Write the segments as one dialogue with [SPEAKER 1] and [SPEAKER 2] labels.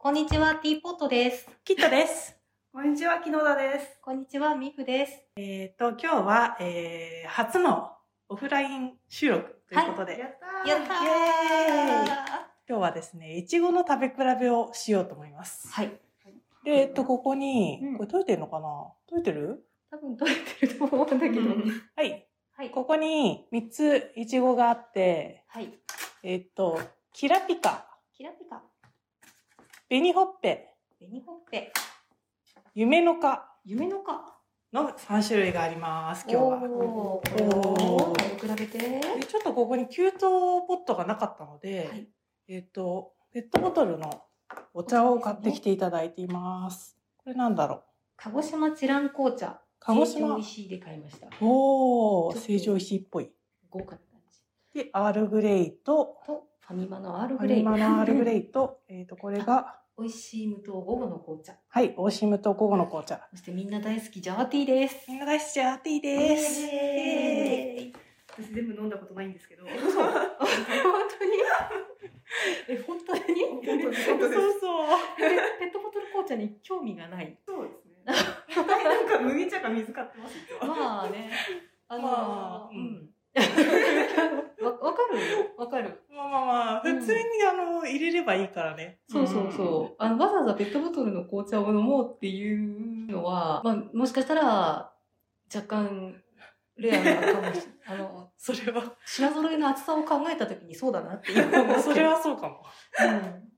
[SPEAKER 1] こんにちは、ティーポットです。
[SPEAKER 2] キットです。
[SPEAKER 3] こんにちは、木野田です。
[SPEAKER 1] こんにちは、ミフです。
[SPEAKER 2] えっ、と、今日は、えー、初のオフライン収録ということで、
[SPEAKER 3] った
[SPEAKER 1] やったー
[SPEAKER 2] イエーイ今日はですね、いちごの食べ比べをしようと思います。
[SPEAKER 1] はい。
[SPEAKER 2] で、えっと、ここに、
[SPEAKER 1] うん
[SPEAKER 2] これ溶いてるのかな溶いてる
[SPEAKER 1] 多分撮れてると思うんだけど。
[SPEAKER 3] うん
[SPEAKER 2] はい。
[SPEAKER 1] はい。
[SPEAKER 2] ここに3ついちごがあって、
[SPEAKER 1] はい。
[SPEAKER 2] えっと、キラピカ、
[SPEAKER 1] キラピカ、
[SPEAKER 2] 紅ほっぺ、
[SPEAKER 1] 紅ほっぺ、
[SPEAKER 2] 夢の花
[SPEAKER 1] 夢の花。
[SPEAKER 2] の3種類があります、今日は。
[SPEAKER 1] おー
[SPEAKER 2] おー
[SPEAKER 1] 食べ比べて。
[SPEAKER 2] でちょっとここに給湯ポットがなかったので、
[SPEAKER 1] はい
[SPEAKER 2] えっ、と、ペットボトルのお茶を買ってきていただいています。これなんだろう
[SPEAKER 1] 鹿児島チラン紅茶。
[SPEAKER 2] 鹿児
[SPEAKER 1] 成
[SPEAKER 2] 島
[SPEAKER 1] 城。石井で買いました。
[SPEAKER 2] おお、
[SPEAKER 1] ちょっと
[SPEAKER 2] 成城石井っぽい。
[SPEAKER 1] 豪華な感じ。
[SPEAKER 2] で、アールグレイと、
[SPEAKER 1] と、ファミマのアール
[SPEAKER 2] フ
[SPEAKER 1] グ
[SPEAKER 2] ァ
[SPEAKER 1] レ
[SPEAKER 2] ミ
[SPEAKER 1] イ。
[SPEAKER 2] マのアールグ
[SPEAKER 1] イ。
[SPEAKER 2] レイと、 えっと、これが、
[SPEAKER 1] 美味しい無糖午後の紅茶。
[SPEAKER 2] はい、オーシムと午後の紅茶。
[SPEAKER 1] そしてみんな大好きジャワティーです。
[SPEAKER 2] みんな大好きじゃーティーです。イエーイ
[SPEAKER 1] イ。
[SPEAKER 3] 私全部飲んだことないんですけど。
[SPEAKER 1] 本当にえ本当に
[SPEAKER 3] 本当です
[SPEAKER 1] そう
[SPEAKER 3] 本当です
[SPEAKER 2] そう。
[SPEAKER 1] ペットボトル紅茶に興味がない
[SPEAKER 3] そうですね。なんか麦茶か水買ってますよ。
[SPEAKER 1] まあねあの、
[SPEAKER 2] まあ
[SPEAKER 1] うんわわかるよわかる
[SPEAKER 2] まあまあまあ、普通に、あの、入れればいいからね。
[SPEAKER 1] そうそうそう、あのわざわざペットボトルの紅茶を飲もうっていうのは、まあ、もしかしたら若干レアなのかもしあの
[SPEAKER 2] それは、
[SPEAKER 1] 品揃えの厚さを考えた時にそうだなっていう思う
[SPEAKER 2] それはそうかも。
[SPEAKER 1] うん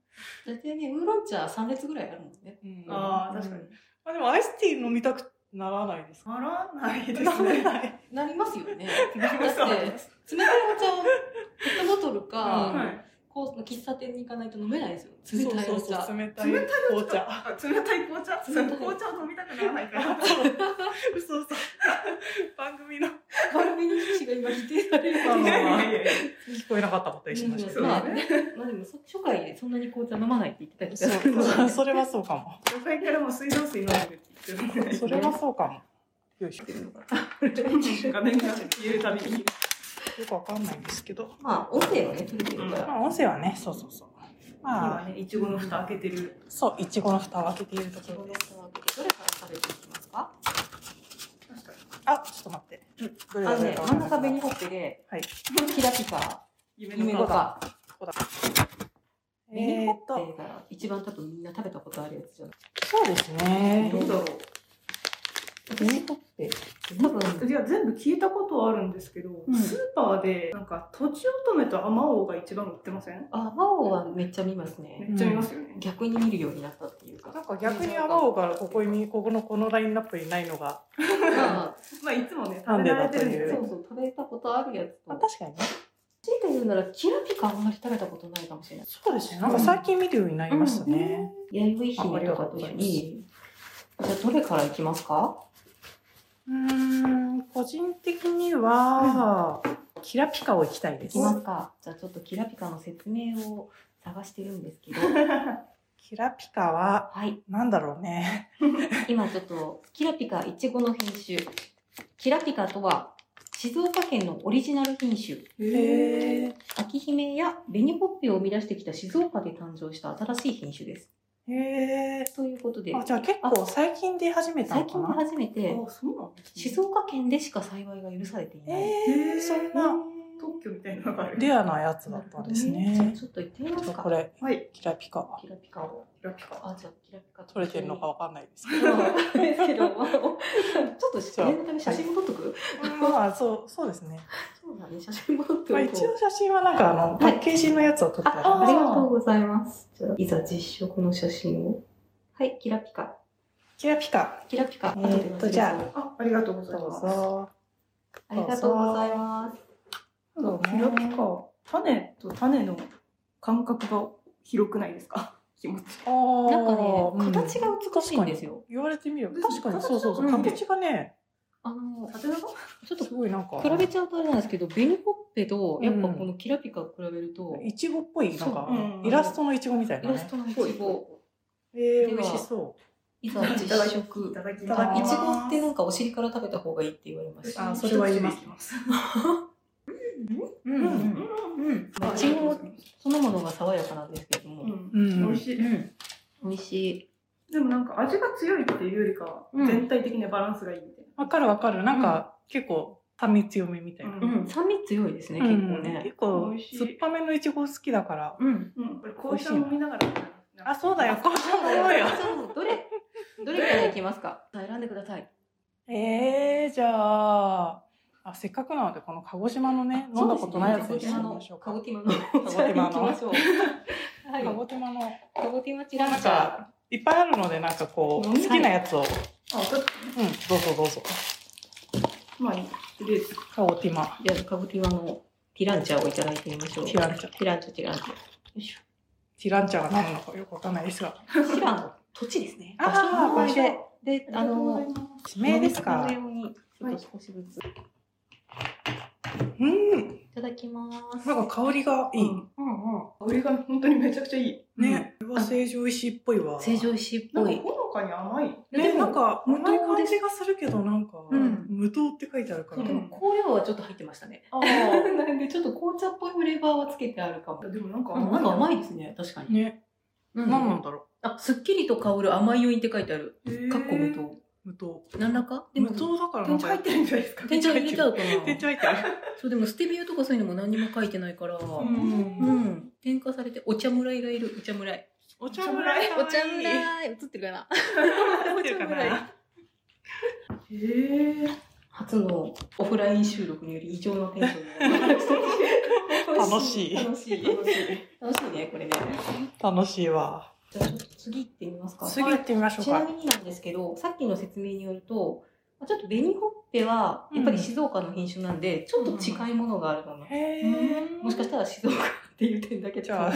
[SPEAKER 1] 大体ねウーロン茶3列ぐらいあるもんね
[SPEAKER 2] うん
[SPEAKER 3] あー
[SPEAKER 1] うん
[SPEAKER 3] 確かに
[SPEAKER 2] まあでもアイスティー飲みたくならないですか
[SPEAKER 3] ならないですね。
[SPEAKER 2] ならない。
[SPEAKER 1] なりますよね。
[SPEAKER 2] な
[SPEAKER 1] だって、
[SPEAKER 2] り
[SPEAKER 1] 冷
[SPEAKER 2] ます
[SPEAKER 1] たいお茶を、ペットボトル
[SPEAKER 2] う
[SPEAKER 1] か、
[SPEAKER 2] ん
[SPEAKER 3] はい
[SPEAKER 1] こう、喫茶店に行かないと飲めないですよ。冷たい
[SPEAKER 2] そう
[SPEAKER 1] お
[SPEAKER 2] そうそ
[SPEAKER 1] 茶。
[SPEAKER 2] う冷たい紅茶。
[SPEAKER 3] あ冷たい紅茶。
[SPEAKER 1] 冷たい
[SPEAKER 3] 紅茶を飲みたくならないから。
[SPEAKER 2] そうそう。番組の
[SPEAKER 1] 番組の趣旨が今否定される
[SPEAKER 2] まあまあまあ
[SPEAKER 3] いやいやいや
[SPEAKER 2] 聞こえなかったことにしまし
[SPEAKER 3] ん
[SPEAKER 2] た。
[SPEAKER 3] そう
[SPEAKER 1] まあ
[SPEAKER 3] ね
[SPEAKER 1] ね、まあでもそ初回でそんなに紅茶飲まないって言ってたり
[SPEAKER 2] そ
[SPEAKER 1] するの
[SPEAKER 2] う、
[SPEAKER 1] で
[SPEAKER 2] それはそうかも。
[SPEAKER 3] 初回からもう水道水飲んでるって言ってる
[SPEAKER 2] それはそうかも。よいしょ
[SPEAKER 3] 画面が消えるたびに。
[SPEAKER 2] よくわかんないんですけど。
[SPEAKER 1] まあ音声はね、取れてるか
[SPEAKER 2] ま
[SPEAKER 1] ら。
[SPEAKER 2] あ、音声はね、そうそうそう。ま
[SPEAKER 3] 今
[SPEAKER 2] あ、
[SPEAKER 3] ね、いちごの蓋開けてる。
[SPEAKER 2] そう、いちごの蓋を開けていると
[SPEAKER 1] 仕事
[SPEAKER 2] ころ
[SPEAKER 1] を
[SPEAKER 2] で
[SPEAKER 1] し
[SPEAKER 2] す。
[SPEAKER 1] たわけでどれから食べていきますか
[SPEAKER 3] 確かに。
[SPEAKER 2] あ、ちょっと待って。ど
[SPEAKER 1] あ
[SPEAKER 2] れ
[SPEAKER 1] の
[SPEAKER 2] がどれ
[SPEAKER 1] ね、
[SPEAKER 2] かわ
[SPEAKER 1] 真
[SPEAKER 2] か
[SPEAKER 1] ん
[SPEAKER 2] んない
[SPEAKER 1] 中紅ほっぺで、
[SPEAKER 2] はい
[SPEAKER 1] キラピカ、
[SPEAKER 3] 夢
[SPEAKER 1] 夢
[SPEAKER 3] の
[SPEAKER 1] の
[SPEAKER 3] 蓋。
[SPEAKER 1] 花。
[SPEAKER 2] え
[SPEAKER 1] 紅ほ
[SPEAKER 2] ー
[SPEAKER 1] っ
[SPEAKER 2] っと、
[SPEAKER 1] ぺが一番多分みんな食べたことあるやつじゃない
[SPEAKER 2] そうですね
[SPEAKER 3] ど。うだろ
[SPEAKER 1] 紅ほっぺ。多分
[SPEAKER 3] う。いや、全部聞いたことあるんですけど、
[SPEAKER 1] ん
[SPEAKER 3] スーパーで、なんか、とちおとめとあまおうが一番売ってません
[SPEAKER 1] あ、ワオはめっちゃ見ますね。
[SPEAKER 3] めっちゃ見ますよね。
[SPEAKER 1] 逆に見るようになったっていう
[SPEAKER 2] な
[SPEAKER 1] か。
[SPEAKER 2] んか逆に青おからここに、ここのこのラインナップにないのが。
[SPEAKER 1] まあ、
[SPEAKER 3] まあ、いつもね、
[SPEAKER 2] な
[SPEAKER 3] 食
[SPEAKER 2] んで
[SPEAKER 3] べられ
[SPEAKER 2] だ
[SPEAKER 3] て
[SPEAKER 2] と
[SPEAKER 3] る
[SPEAKER 2] い
[SPEAKER 3] んです
[SPEAKER 1] そ
[SPEAKER 3] よ
[SPEAKER 1] うそう、食べたことあるやつと。
[SPEAKER 2] 確かにね。
[SPEAKER 1] 強いて言うなら、キラピカあんまり食べたことないかもしれない。
[SPEAKER 2] そうですね。なんか最近見るようになりましたね。
[SPEAKER 1] 弥生姫とかと一緒に。じゃあ、どれからいきますか
[SPEAKER 2] うーん、個人的には、キラピカを行きたいで
[SPEAKER 1] い
[SPEAKER 2] す
[SPEAKER 1] き。ますか。じゃあ、ちょっとキラピカの説明を探してるんです けど。
[SPEAKER 2] キラピカは、
[SPEAKER 1] はい。
[SPEAKER 2] なんだろうね。
[SPEAKER 1] 今ちょっと、キラピカイチゴの品種。キラピカとは、静岡県のオリジナル品種。
[SPEAKER 2] へえ。
[SPEAKER 1] 秋姫や紅ほっぺを生み出してきた静岡で誕生した新しい品種です。
[SPEAKER 2] へえ。
[SPEAKER 1] ということで、
[SPEAKER 2] あ、じゃあ結構最近出始めた
[SPEAKER 1] 最
[SPEAKER 2] のか
[SPEAKER 1] 近で
[SPEAKER 2] な
[SPEAKER 1] 初めて
[SPEAKER 3] あ、そうなんですね
[SPEAKER 1] 静岡県でしか栽培が許されていない。
[SPEAKER 2] ええ、
[SPEAKER 3] へー
[SPEAKER 2] そんな、
[SPEAKER 3] 特許みたいなのがある。
[SPEAKER 2] レアなやつだったんです
[SPEAKER 1] なるほど
[SPEAKER 2] ね
[SPEAKER 1] じゃあ。ちょっと行ってみ
[SPEAKER 2] ちょ
[SPEAKER 1] ま
[SPEAKER 2] っ
[SPEAKER 1] す
[SPEAKER 2] と
[SPEAKER 1] か。
[SPEAKER 2] これ、
[SPEAKER 3] はい。
[SPEAKER 2] キラピカ、
[SPEAKER 1] キラピカを。
[SPEAKER 3] ピラピカ。
[SPEAKER 1] あ、じゃあキラピカ
[SPEAKER 2] 取れてるのか
[SPEAKER 1] わ
[SPEAKER 2] わかんないですけ
[SPEAKER 1] か
[SPEAKER 2] ど。
[SPEAKER 1] んないです けど、あのちょっと写念のため写真も撮っとく、
[SPEAKER 2] まあ、そう、そうですね。
[SPEAKER 1] そうだね、写真も撮っと
[SPEAKER 2] まあ、
[SPEAKER 1] こ
[SPEAKER 2] 一
[SPEAKER 1] う。
[SPEAKER 2] 応写真はなんかあの、パッケージのやつを撮ってあるん
[SPEAKER 1] あ
[SPEAKER 2] で
[SPEAKER 1] あ
[SPEAKER 2] す
[SPEAKER 1] り
[SPEAKER 2] け
[SPEAKER 1] が
[SPEAKER 2] ど
[SPEAKER 1] とうございます。じゃあ、いざ実食の写真を。はい、キラピカ。
[SPEAKER 2] キラピカ。
[SPEAKER 1] キラピカ。
[SPEAKER 2] えーっとじゃあ
[SPEAKER 3] あ、ありがとうござい
[SPEAKER 2] どう
[SPEAKER 3] ます。
[SPEAKER 2] ぞ。
[SPEAKER 1] ありがとうございます。
[SPEAKER 3] なんかピラピカ、種と種の間隔が広くないですか 気持ち。
[SPEAKER 1] な
[SPEAKER 2] なん
[SPEAKER 1] かね、形が
[SPEAKER 2] うん
[SPEAKER 1] 美しいんですよ。
[SPEAKER 2] 言われてみれば
[SPEAKER 3] 確
[SPEAKER 2] 確
[SPEAKER 3] か
[SPEAKER 2] か
[SPEAKER 3] に
[SPEAKER 2] にそうそうそう、
[SPEAKER 3] うん
[SPEAKER 2] 形がね
[SPEAKER 1] あの、
[SPEAKER 3] 縦長
[SPEAKER 1] ちょっと
[SPEAKER 2] すごいなんか
[SPEAKER 1] 比べちゃうとあれなんですけど、紅ほっぺと、やっぱこのキラピカを比べると、イ
[SPEAKER 2] いちごっぽいなんか
[SPEAKER 3] そううん
[SPEAKER 2] イラストのいちごみたいな
[SPEAKER 1] ラス
[SPEAKER 2] ね
[SPEAKER 1] トのイチゴ、
[SPEAKER 2] え
[SPEAKER 1] で
[SPEAKER 2] ー、
[SPEAKER 1] は
[SPEAKER 2] 美味しそ
[SPEAKER 1] いざ
[SPEAKER 3] いただ
[SPEAKER 1] 実
[SPEAKER 3] き
[SPEAKER 1] 食。
[SPEAKER 3] ただき。
[SPEAKER 2] いただ
[SPEAKER 1] あ
[SPEAKER 2] き
[SPEAKER 1] い
[SPEAKER 2] ま
[SPEAKER 1] ち
[SPEAKER 2] す
[SPEAKER 1] ごってなんかお尻から食べた方がいいって言われました。
[SPEAKER 2] あそれは言いますうう
[SPEAKER 1] うん
[SPEAKER 2] ん
[SPEAKER 3] うんうん。
[SPEAKER 1] まあいちごそのものが爽やかなですけれども、
[SPEAKER 3] うん。
[SPEAKER 2] うん
[SPEAKER 3] 美味しい。
[SPEAKER 1] うん美味しい。
[SPEAKER 3] でもなんか味が強いっていうよりかは、
[SPEAKER 1] うん
[SPEAKER 3] 全体的なバランスがいいみたい
[SPEAKER 2] わかるわかる。なんか、結構酸味強めみたいな。
[SPEAKER 3] な。
[SPEAKER 1] うん、酸味強いですね、
[SPEAKER 2] う
[SPEAKER 1] 結
[SPEAKER 2] ん
[SPEAKER 1] 構ね。
[SPEAKER 2] 結構
[SPEAKER 3] 美味しい
[SPEAKER 2] 酸っぱめのいちご好きだから。
[SPEAKER 1] うん。
[SPEAKER 3] うん。これ紅茶飲みながら。
[SPEAKER 2] あ、そうだよ。紅茶飲もうよ。
[SPEAKER 1] そうそうどれ、どれからいきますかさあ選んでください。
[SPEAKER 2] えー、じゃああ、せっかくなので、この鹿児島のね、飲んだことないやつ
[SPEAKER 1] そう
[SPEAKER 2] に
[SPEAKER 1] で
[SPEAKER 2] し
[SPEAKER 1] すね
[SPEAKER 2] みましょう
[SPEAKER 1] 鹿
[SPEAKER 2] か。
[SPEAKER 1] 児島の。じゃあ行 きましょう。はい。
[SPEAKER 2] 鹿児島の、
[SPEAKER 1] 鹿児島チラ
[SPEAKER 2] なん
[SPEAKER 1] シャ。
[SPEAKER 2] か、いっぱいあるので、なんかこう、
[SPEAKER 3] 飲
[SPEAKER 2] 好
[SPEAKER 3] みたい
[SPEAKER 2] きなやつを、うん、
[SPEAKER 3] あ、ちょっ
[SPEAKER 2] どうぞどうぞ。
[SPEAKER 3] と、まあいい。とりあえず
[SPEAKER 2] 鹿児島。
[SPEAKER 1] じゃあ、鹿児島のティランチャをいただいてみましょう。
[SPEAKER 2] ティランチャ
[SPEAKER 1] ティランチャ、ティランチャ。よいし
[SPEAKER 2] ティランチャが何なのかよくわかんないですが。
[SPEAKER 1] ょ。ティランの土地ですね。
[SPEAKER 2] あー
[SPEAKER 1] 場所の名前で、で、
[SPEAKER 3] あ
[SPEAKER 1] あ
[SPEAKER 3] りがとうござい
[SPEAKER 1] の、
[SPEAKER 3] ます
[SPEAKER 2] 地名ですか
[SPEAKER 1] 飲み物用にちょっと少しずつ。い
[SPEAKER 2] うん。
[SPEAKER 1] ただきます。
[SPEAKER 2] なんか香りがいい。
[SPEAKER 3] うん
[SPEAKER 1] うんうん。
[SPEAKER 3] 香りが本当にめちゃくちゃいい。
[SPEAKER 2] ね。これは成城石井っぽいわ。
[SPEAKER 1] 成城石井っ
[SPEAKER 3] なん
[SPEAKER 1] ぽ
[SPEAKER 3] か
[SPEAKER 1] い。
[SPEAKER 3] ほのかに甘い。
[SPEAKER 1] いや
[SPEAKER 2] ね、
[SPEAKER 1] でも
[SPEAKER 2] なんか、
[SPEAKER 1] 無糖
[SPEAKER 2] 無糖
[SPEAKER 1] です
[SPEAKER 2] 感じがするけど、なんか、
[SPEAKER 1] うん
[SPEAKER 2] 無糖って書いてあるから
[SPEAKER 3] う。
[SPEAKER 1] でも
[SPEAKER 3] ん
[SPEAKER 1] 香料はちょっと入ってましたね。
[SPEAKER 3] ああ。
[SPEAKER 1] なんでちょっと紅茶っぽいフレーバーはつけてあるかも。
[SPEAKER 3] でもなんか甘い。
[SPEAKER 1] なんか甘
[SPEAKER 3] い。
[SPEAKER 1] いですね、確かに。
[SPEAKER 2] ね。
[SPEAKER 1] う
[SPEAKER 2] 何なんだろ
[SPEAKER 1] あ、すっきりと香る甘い余韻って書いてある。かっこ無糖。
[SPEAKER 2] う。無糖。
[SPEAKER 1] 何らかでも
[SPEAKER 2] 無、糖だからなん
[SPEAKER 3] 天茶
[SPEAKER 2] か
[SPEAKER 3] 入ってるんじゃないですか。
[SPEAKER 1] 天井入れちゃう かな。
[SPEAKER 2] 天茶入ってる。
[SPEAKER 1] そう、でもステビウとかそういうのも何にも書いてないから。
[SPEAKER 3] う
[SPEAKER 1] うん
[SPEAKER 2] うん
[SPEAKER 1] ん。添加されて、お茶村井がいる、お茶村井。
[SPEAKER 2] お茶むらい。
[SPEAKER 1] お茶村井、映ってるかな
[SPEAKER 2] ってる
[SPEAKER 1] お
[SPEAKER 2] か
[SPEAKER 1] 茶村井
[SPEAKER 2] な。
[SPEAKER 3] へえ。
[SPEAKER 1] 初のオフライン収録により異常なテンションに なりまし
[SPEAKER 2] 楽しい
[SPEAKER 1] た楽しい。
[SPEAKER 3] 楽しい。
[SPEAKER 1] 楽しいね、これね。
[SPEAKER 2] 楽しいわ。
[SPEAKER 1] じゃあ、ちょっと次行ってみますか。
[SPEAKER 2] 次行ってみましょう
[SPEAKER 1] ちな
[SPEAKER 2] か
[SPEAKER 1] み。になんですけど、さっきの説明によると、まあちょっと紅ほっぺは、やっぱり静岡の品種なんで、ちょっと近いものがあるかな。
[SPEAKER 2] へ
[SPEAKER 3] うん
[SPEAKER 1] もしかしたら静岡っていう点だけ
[SPEAKER 2] じゃあ、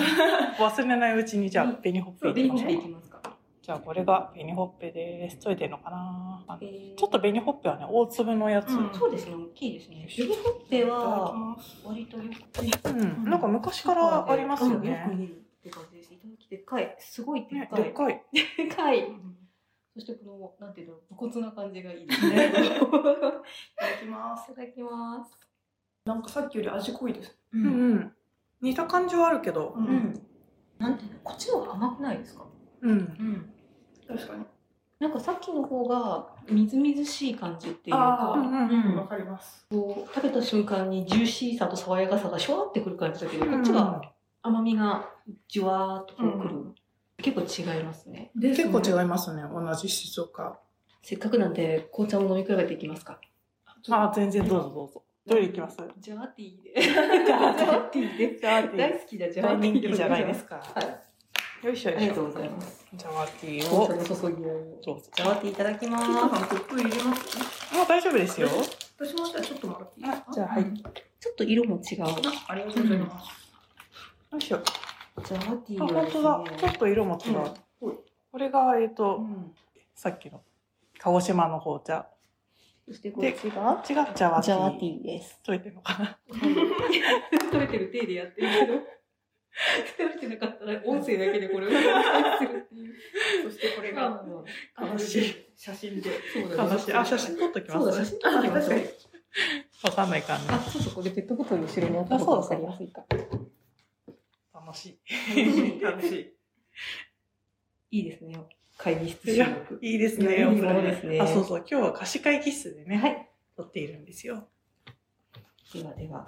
[SPEAKER 2] 忘れないうちに、じゃあ、紅ほっぺ
[SPEAKER 1] そう、
[SPEAKER 2] いき
[SPEAKER 1] 紅ほっ
[SPEAKER 2] ま
[SPEAKER 1] ぺ
[SPEAKER 2] し
[SPEAKER 1] い
[SPEAKER 2] ょ
[SPEAKER 1] うき。ますか。
[SPEAKER 2] じゃあ、これが紅ほっぺです。ついてるのかなあ
[SPEAKER 1] え
[SPEAKER 2] の
[SPEAKER 1] ー
[SPEAKER 2] ちょっと紅ほっぺはね、大粒のやつ。
[SPEAKER 3] うん
[SPEAKER 1] そうですね、大きいですね。紅ほっぺ
[SPEAKER 3] いただき
[SPEAKER 1] は、
[SPEAKER 3] ます。
[SPEAKER 1] 割とよく、
[SPEAKER 2] うん。なんか昔からあります
[SPEAKER 1] う
[SPEAKER 2] よ
[SPEAKER 1] んよく
[SPEAKER 2] ね。
[SPEAKER 1] 見るって感じです。いただきでっかい。すごいでっ
[SPEAKER 2] ね、
[SPEAKER 1] かい。
[SPEAKER 2] でっかい。
[SPEAKER 1] でっかい。
[SPEAKER 3] い
[SPEAKER 1] そしてこの、なんていうの、武骨な感じがいいです ね。い
[SPEAKER 3] ただきます。
[SPEAKER 1] ただきます。
[SPEAKER 3] なんかさっきより味濃いです。
[SPEAKER 1] う
[SPEAKER 2] うん。うん。似た感じはあるけど
[SPEAKER 3] う。
[SPEAKER 1] う。ん。なんていうの、こっちの方が甘くないですか
[SPEAKER 2] うん。
[SPEAKER 1] うん。
[SPEAKER 3] 確かに。
[SPEAKER 1] なんかさっきの方がみずみずしい感じっていう
[SPEAKER 2] う
[SPEAKER 1] か、
[SPEAKER 2] んうん
[SPEAKER 1] うん
[SPEAKER 3] わかります。
[SPEAKER 1] こう食べた瞬間にジューシーさと爽やかさがシュワってくる感じだけど、こっち
[SPEAKER 2] うん
[SPEAKER 1] が甘みがジュワーっとこうくる、結構違いますね。
[SPEAKER 2] 結構
[SPEAKER 3] う。
[SPEAKER 2] 違いますね。同じ静岡。
[SPEAKER 1] せっかくなんで紅茶を飲み比べていきますか。
[SPEAKER 2] あ、全然どうぞどうぞ。どれいきます
[SPEAKER 1] ジャーティーで。ジャーティーで。
[SPEAKER 2] ジャーティ
[SPEAKER 1] 大
[SPEAKER 2] ー。
[SPEAKER 1] 好きだジャ
[SPEAKER 2] 大
[SPEAKER 1] ーティ
[SPEAKER 2] 人
[SPEAKER 1] ー
[SPEAKER 2] 気じゃないですか。
[SPEAKER 1] はい。
[SPEAKER 2] よいしょ
[SPEAKER 1] あ
[SPEAKER 2] よい
[SPEAKER 1] り
[SPEAKER 2] し
[SPEAKER 1] がと
[SPEAKER 2] ょ。
[SPEAKER 1] うございます。
[SPEAKER 2] ジャワティー
[SPEAKER 1] 紅茶
[SPEAKER 2] を
[SPEAKER 1] の注ぎを。
[SPEAKER 2] どうぞ。
[SPEAKER 1] ジャーティーいただきま
[SPEAKER 3] キッ
[SPEAKER 1] す。
[SPEAKER 3] さんコップ入れます。
[SPEAKER 2] もう大丈夫ですよ。
[SPEAKER 3] 私もじゃあちょっともらっていいです
[SPEAKER 2] あ
[SPEAKER 3] か。
[SPEAKER 2] じゃあ、はい。よ
[SPEAKER 1] ちょっと色も違う。
[SPEAKER 3] あ、ありがとうございます。
[SPEAKER 2] いしょ。あ、
[SPEAKER 1] ジャーティーは
[SPEAKER 2] 本
[SPEAKER 1] です
[SPEAKER 2] 当
[SPEAKER 1] ね。
[SPEAKER 2] だ。ちょっと色も違う。
[SPEAKER 3] うんはい
[SPEAKER 2] これが、えっ、
[SPEAKER 1] う
[SPEAKER 2] と、
[SPEAKER 1] ん。
[SPEAKER 2] さっきの、鹿児島の紅茶。
[SPEAKER 1] そしてこっちが。
[SPEAKER 2] 違う、ジャワテ
[SPEAKER 1] ジ
[SPEAKER 2] ィ
[SPEAKER 1] ャワ
[SPEAKER 2] ー。
[SPEAKER 1] ティーです。
[SPEAKER 2] といてるのかな。
[SPEAKER 1] 取れてる手でやってるけど、取れてなかったら音声だけでこれを話するっていう。
[SPEAKER 3] そしてこれが
[SPEAKER 1] 悲
[SPEAKER 3] 悲しい写真で。
[SPEAKER 1] そうだね
[SPEAKER 2] 悲しい。あ、写真撮っときま
[SPEAKER 1] そうだ、写
[SPEAKER 2] す。
[SPEAKER 1] 真撮ってみましょう。
[SPEAKER 2] わかんない感じ。
[SPEAKER 1] あ、そうそう、これペットボトル後ろにあった
[SPEAKER 2] あ
[SPEAKER 1] 方
[SPEAKER 2] そう
[SPEAKER 1] が
[SPEAKER 2] だ
[SPEAKER 1] 分かりやすいか。
[SPEAKER 2] 楽し
[SPEAKER 3] 楽しい。
[SPEAKER 1] いいですね。会議室
[SPEAKER 2] い。い
[SPEAKER 1] 収
[SPEAKER 2] や
[SPEAKER 1] 録。
[SPEAKER 2] いいですね。
[SPEAKER 1] いやいいも
[SPEAKER 3] の
[SPEAKER 1] ですね
[SPEAKER 2] あ、そうそう。今日は貸し会議室でね、
[SPEAKER 1] はい。
[SPEAKER 2] 撮っているんですよ。
[SPEAKER 1] ではでは。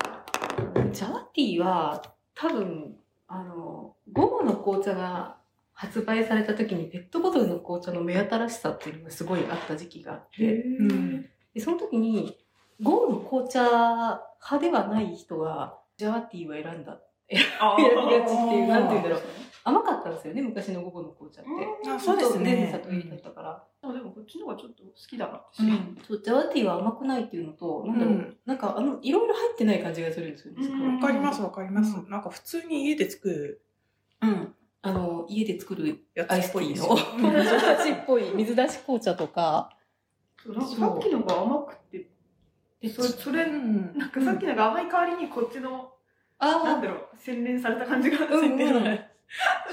[SPEAKER 1] ジャワティーは、多分、あの、午後の紅茶が発売された時にペットボトルの紅茶の目新しさっていうのがすごいあった時期があって、
[SPEAKER 2] うん。
[SPEAKER 1] で、その時に、ゴーの紅茶派ではない人が、ジャワティーを選んだ。
[SPEAKER 3] あ
[SPEAKER 1] 選びがちっていう、なんて言うんだろう
[SPEAKER 3] う。。
[SPEAKER 1] 甘かったんですよね、昔の午後の紅茶って。
[SPEAKER 2] あ、そうです
[SPEAKER 1] ちょっ
[SPEAKER 2] ね
[SPEAKER 1] と。レンジ砂糖入れてあったから。
[SPEAKER 3] でもこっちの方がちょっと好きだなって。
[SPEAKER 1] そうジャワティーは甘くないっていうのと、なんだろう、
[SPEAKER 2] うん
[SPEAKER 1] なんかあの、いろいろ入ってない感じがするんですよね、すごい
[SPEAKER 3] うん
[SPEAKER 2] わかります、わかります。
[SPEAKER 1] う
[SPEAKER 2] なんか普通に家で作る
[SPEAKER 1] うん。あの、家で作る
[SPEAKER 2] や
[SPEAKER 1] アイ
[SPEAKER 2] つっ
[SPEAKER 1] ステ
[SPEAKER 2] ぽい
[SPEAKER 1] ィ
[SPEAKER 2] で
[SPEAKER 1] ー
[SPEAKER 2] す
[SPEAKER 1] の、
[SPEAKER 2] よ。
[SPEAKER 1] 水出しっぽい、水出し紅茶とか、
[SPEAKER 3] そうなんかさっきのが甘くて、
[SPEAKER 1] で
[SPEAKER 3] それ、それ
[SPEAKER 2] う、ん。
[SPEAKER 3] なんかさっきのが甘い代わりにこっちの、なん
[SPEAKER 1] あ
[SPEAKER 3] だろう、洗練された感じが。
[SPEAKER 1] あ、うん
[SPEAKER 2] 洗
[SPEAKER 1] う
[SPEAKER 2] 練さ
[SPEAKER 1] ん
[SPEAKER 2] れ、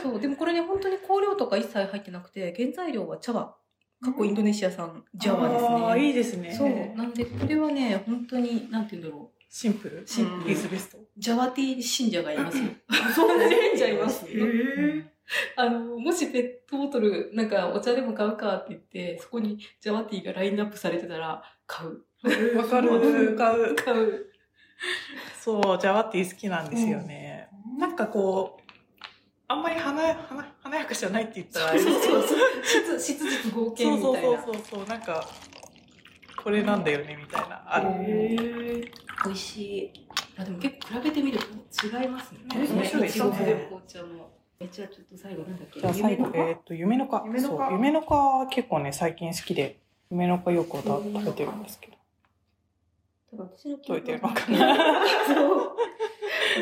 [SPEAKER 1] そう、でもこれね、本当に香料とか一切入ってなくて、原材料は茶葉。かっこインドネシア産、ジャワですね。
[SPEAKER 2] あーいいですね。
[SPEAKER 1] そう、なんで、これはね、本当に、なんて言うんだろう。
[SPEAKER 2] シンプル
[SPEAKER 1] シンプル
[SPEAKER 2] イズベスト。
[SPEAKER 1] ジャワティ信者がいますよ。
[SPEAKER 3] そう
[SPEAKER 1] なんですねちゃいます
[SPEAKER 3] えー、
[SPEAKER 1] あの、もしペットボトル、なんかお茶でも買うかって言って、そこにジャワティがラインナップされてたら、買う。
[SPEAKER 2] わか
[SPEAKER 3] う
[SPEAKER 2] る
[SPEAKER 3] ん
[SPEAKER 2] 買う。
[SPEAKER 1] 買う。
[SPEAKER 2] そう、ジャワティ好きなんですよね。なんかこう、あんまり華や華華やかじゃないって言ったらあれですけど
[SPEAKER 1] そうそう質、質実合計
[SPEAKER 2] そう
[SPEAKER 1] み
[SPEAKER 2] そう
[SPEAKER 1] たい
[SPEAKER 2] そう
[SPEAKER 1] な。
[SPEAKER 2] そうそうなんかこれなんだよねみたいなある
[SPEAKER 3] え
[SPEAKER 1] 美味しい。あ、でも結構比べてみると違いますね。
[SPEAKER 2] ね面白いですね
[SPEAKER 1] 一つで紅茶も。え、じゃあちょっと最後なんだっけ
[SPEAKER 2] じゃあ最後
[SPEAKER 1] 夢の
[SPEAKER 2] えーっと夢の花
[SPEAKER 3] 夢の花
[SPEAKER 2] そう夢の花結構ね最近好きで夢の花よく食べてるんですけど
[SPEAKER 1] 多分私の
[SPEAKER 2] どう言ってるのか
[SPEAKER 1] な。そう。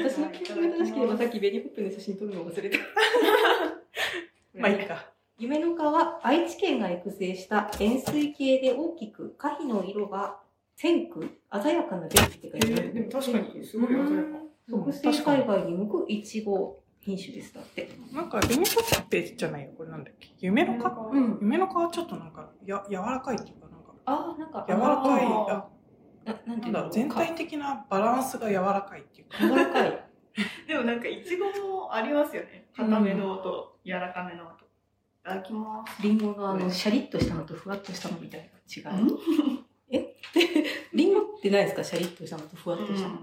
[SPEAKER 1] 私の記憶が正しければさっきベニーホップの写真撮るの忘れた。
[SPEAKER 2] まあいいか
[SPEAKER 1] 夢の川は愛知県が育成した円錐形で大きく花火の色が鮮紅鮮やかな紅って書いてある、
[SPEAKER 3] でも確かにすごい鮮やか。
[SPEAKER 1] 特
[SPEAKER 2] うん
[SPEAKER 1] 性
[SPEAKER 2] 確か
[SPEAKER 1] 海
[SPEAKER 2] に
[SPEAKER 1] 外に向くいちご品種ですだって
[SPEAKER 2] なんか夢の花ってじゃないよこれなんだっけ夢の花
[SPEAKER 1] う
[SPEAKER 3] うんん。
[SPEAKER 2] 夢の花はちょっとなんかや柔らかいっていうかなんか
[SPEAKER 1] ああなんか
[SPEAKER 2] 柔らかいあ
[SPEAKER 3] あ
[SPEAKER 1] ななんてうん
[SPEAKER 2] ない
[SPEAKER 1] の
[SPEAKER 2] だろう全体的なバランスが柔らかいっていうか
[SPEAKER 1] 柔らかい
[SPEAKER 3] でもなんかいちごもありますよね。硬めの音、柔らかめの音。いただきます。
[SPEAKER 1] りんごがあ の
[SPEAKER 3] うん
[SPEAKER 1] シャリッとしたのとふわっとしたのみたいな違
[SPEAKER 3] う
[SPEAKER 1] うえりんごってないですかシャリッとしたのとふわっとしたの、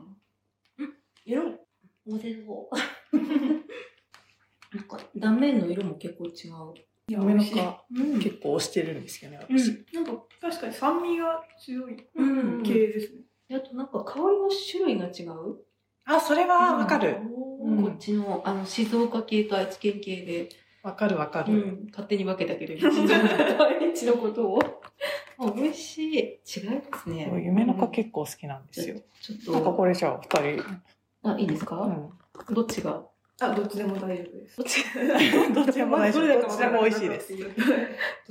[SPEAKER 1] 色もモデルを なんか断面の色も結構違う
[SPEAKER 2] 夢の花
[SPEAKER 1] うん
[SPEAKER 2] 結構推してるんですよね
[SPEAKER 1] うん
[SPEAKER 2] 私、
[SPEAKER 3] なんか確かに酸味が強い
[SPEAKER 1] うん
[SPEAKER 3] 系ですね。
[SPEAKER 1] あとなんか香りの種類が違う、
[SPEAKER 2] あそれはわかる、
[SPEAKER 3] お
[SPEAKER 2] うん
[SPEAKER 1] こっちのあの静岡系と愛知県系で、
[SPEAKER 2] わかるわか
[SPEAKER 1] う
[SPEAKER 2] る、
[SPEAKER 1] ん、勝手に分けたけ ど一の愛知のことをあ美味しい違いますね
[SPEAKER 2] そう夢の花結構好きなんですよ、
[SPEAKER 1] ちょっ
[SPEAKER 2] なんか
[SPEAKER 1] と
[SPEAKER 2] これじゃあ二人、
[SPEAKER 1] あいいですか、
[SPEAKER 2] う
[SPEAKER 1] どっちが
[SPEAKER 3] あ、どっちでも大丈夫です。
[SPEAKER 1] どっち
[SPEAKER 2] ん、 どっちも大丈夫どっちでも美味しいですど
[SPEAKER 3] い
[SPEAKER 2] っ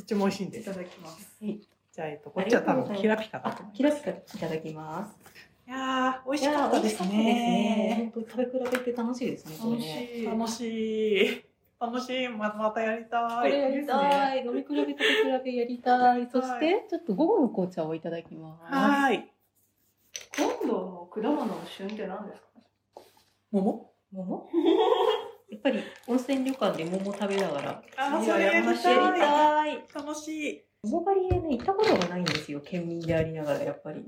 [SPEAKER 2] ちも美味しいんです
[SPEAKER 3] ただきます。
[SPEAKER 2] じゃあ、えっと、こっちは多分キラピカだ
[SPEAKER 1] あ
[SPEAKER 2] と思い
[SPEAKER 1] キラピカいただきます
[SPEAKER 2] ますいやー美
[SPEAKER 1] 美
[SPEAKER 2] 味しかったですね
[SPEAKER 1] 本当食べ比べて楽しいですねこれ
[SPEAKER 3] 楽
[SPEAKER 1] ね
[SPEAKER 3] しい。
[SPEAKER 2] 楽しい楽しいままたやり
[SPEAKER 1] こ
[SPEAKER 2] た
[SPEAKER 1] れ
[SPEAKER 2] い
[SPEAKER 1] やりたい、飲み比べと食べ比べやりたいそしてちょっと午後の紅茶をいただきます
[SPEAKER 2] はーい
[SPEAKER 3] 今度の果物の旬って何ですか
[SPEAKER 2] 桃
[SPEAKER 1] 桃 やっぱり温泉旅館で桃食べながら
[SPEAKER 2] あー
[SPEAKER 3] いや
[SPEAKER 2] それやり
[SPEAKER 3] やりたい
[SPEAKER 1] やり
[SPEAKER 2] たい
[SPEAKER 1] たい
[SPEAKER 2] 楽しい
[SPEAKER 1] 桃狩りへね行ったことがないんですよ県民でありながらやっぱり、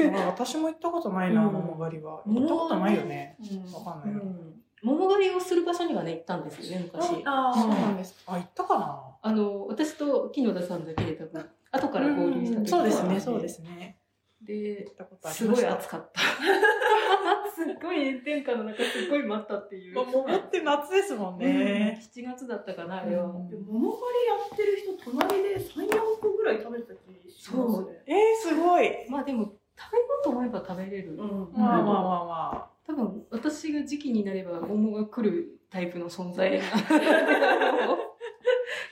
[SPEAKER 2] あー私も行ったことないな
[SPEAKER 1] うん
[SPEAKER 2] 桃狩りは行ったことないよね
[SPEAKER 3] うん
[SPEAKER 2] わかん
[SPEAKER 1] う、
[SPEAKER 2] ないなん
[SPEAKER 1] 桃狩りをする場所にはね行ったんですよね昔
[SPEAKER 3] あ
[SPEAKER 2] そうな
[SPEAKER 3] ー
[SPEAKER 2] んですあ行ったかな
[SPEAKER 1] あの私と木野田さんだけで多分後から合流した
[SPEAKER 2] うん
[SPEAKER 1] 時
[SPEAKER 2] そうです
[SPEAKER 1] とか
[SPEAKER 2] ねそうですね
[SPEAKER 1] で
[SPEAKER 2] 行ったことあり
[SPEAKER 1] す
[SPEAKER 2] ま
[SPEAKER 1] ごい
[SPEAKER 2] した
[SPEAKER 1] 暑かったすっごい炎天下の中すっごい待ったっていう
[SPEAKER 2] まあ桃って夏ですもんね。
[SPEAKER 1] 7月だったかなあれは、
[SPEAKER 2] うん
[SPEAKER 3] でも桃狩りやってる人、隣で3、4個ぐらい食べてた気しますね。
[SPEAKER 2] えー、すごい。
[SPEAKER 1] まあでも食べようと思えば食べれる、
[SPEAKER 3] うん
[SPEAKER 2] まあまあまあま
[SPEAKER 1] 多分私が時期になれば桃が来るタイプの存 在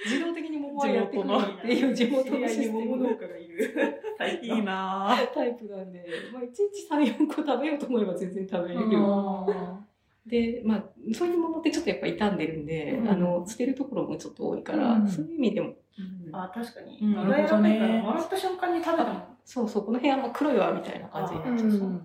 [SPEAKER 1] 自動的に桃はやってくるっていう地元の
[SPEAKER 3] 知り合い
[SPEAKER 1] シ
[SPEAKER 3] に
[SPEAKER 1] ステ
[SPEAKER 3] 桃
[SPEAKER 1] ムの
[SPEAKER 3] 農家が いる。
[SPEAKER 2] あ。いいなぁ。
[SPEAKER 1] タイプなんで、まあ、1日34個食べようと思えば全然食べれるよ、
[SPEAKER 2] うん
[SPEAKER 1] でまあそういう桃ってちょっとやっぱ傷んでるんで、
[SPEAKER 3] うん
[SPEAKER 1] あの捨てるところもちょっと多いから、
[SPEAKER 2] うん
[SPEAKER 1] そういう意味でも、あ
[SPEAKER 3] あ、確かに。
[SPEAKER 1] うん
[SPEAKER 3] 長いらないから、
[SPEAKER 2] なるほどね
[SPEAKER 3] もらった瞬間に食べたもん。
[SPEAKER 1] そうそうこの辺あんま黒いわみたいな感じになっちゃう、
[SPEAKER 2] うん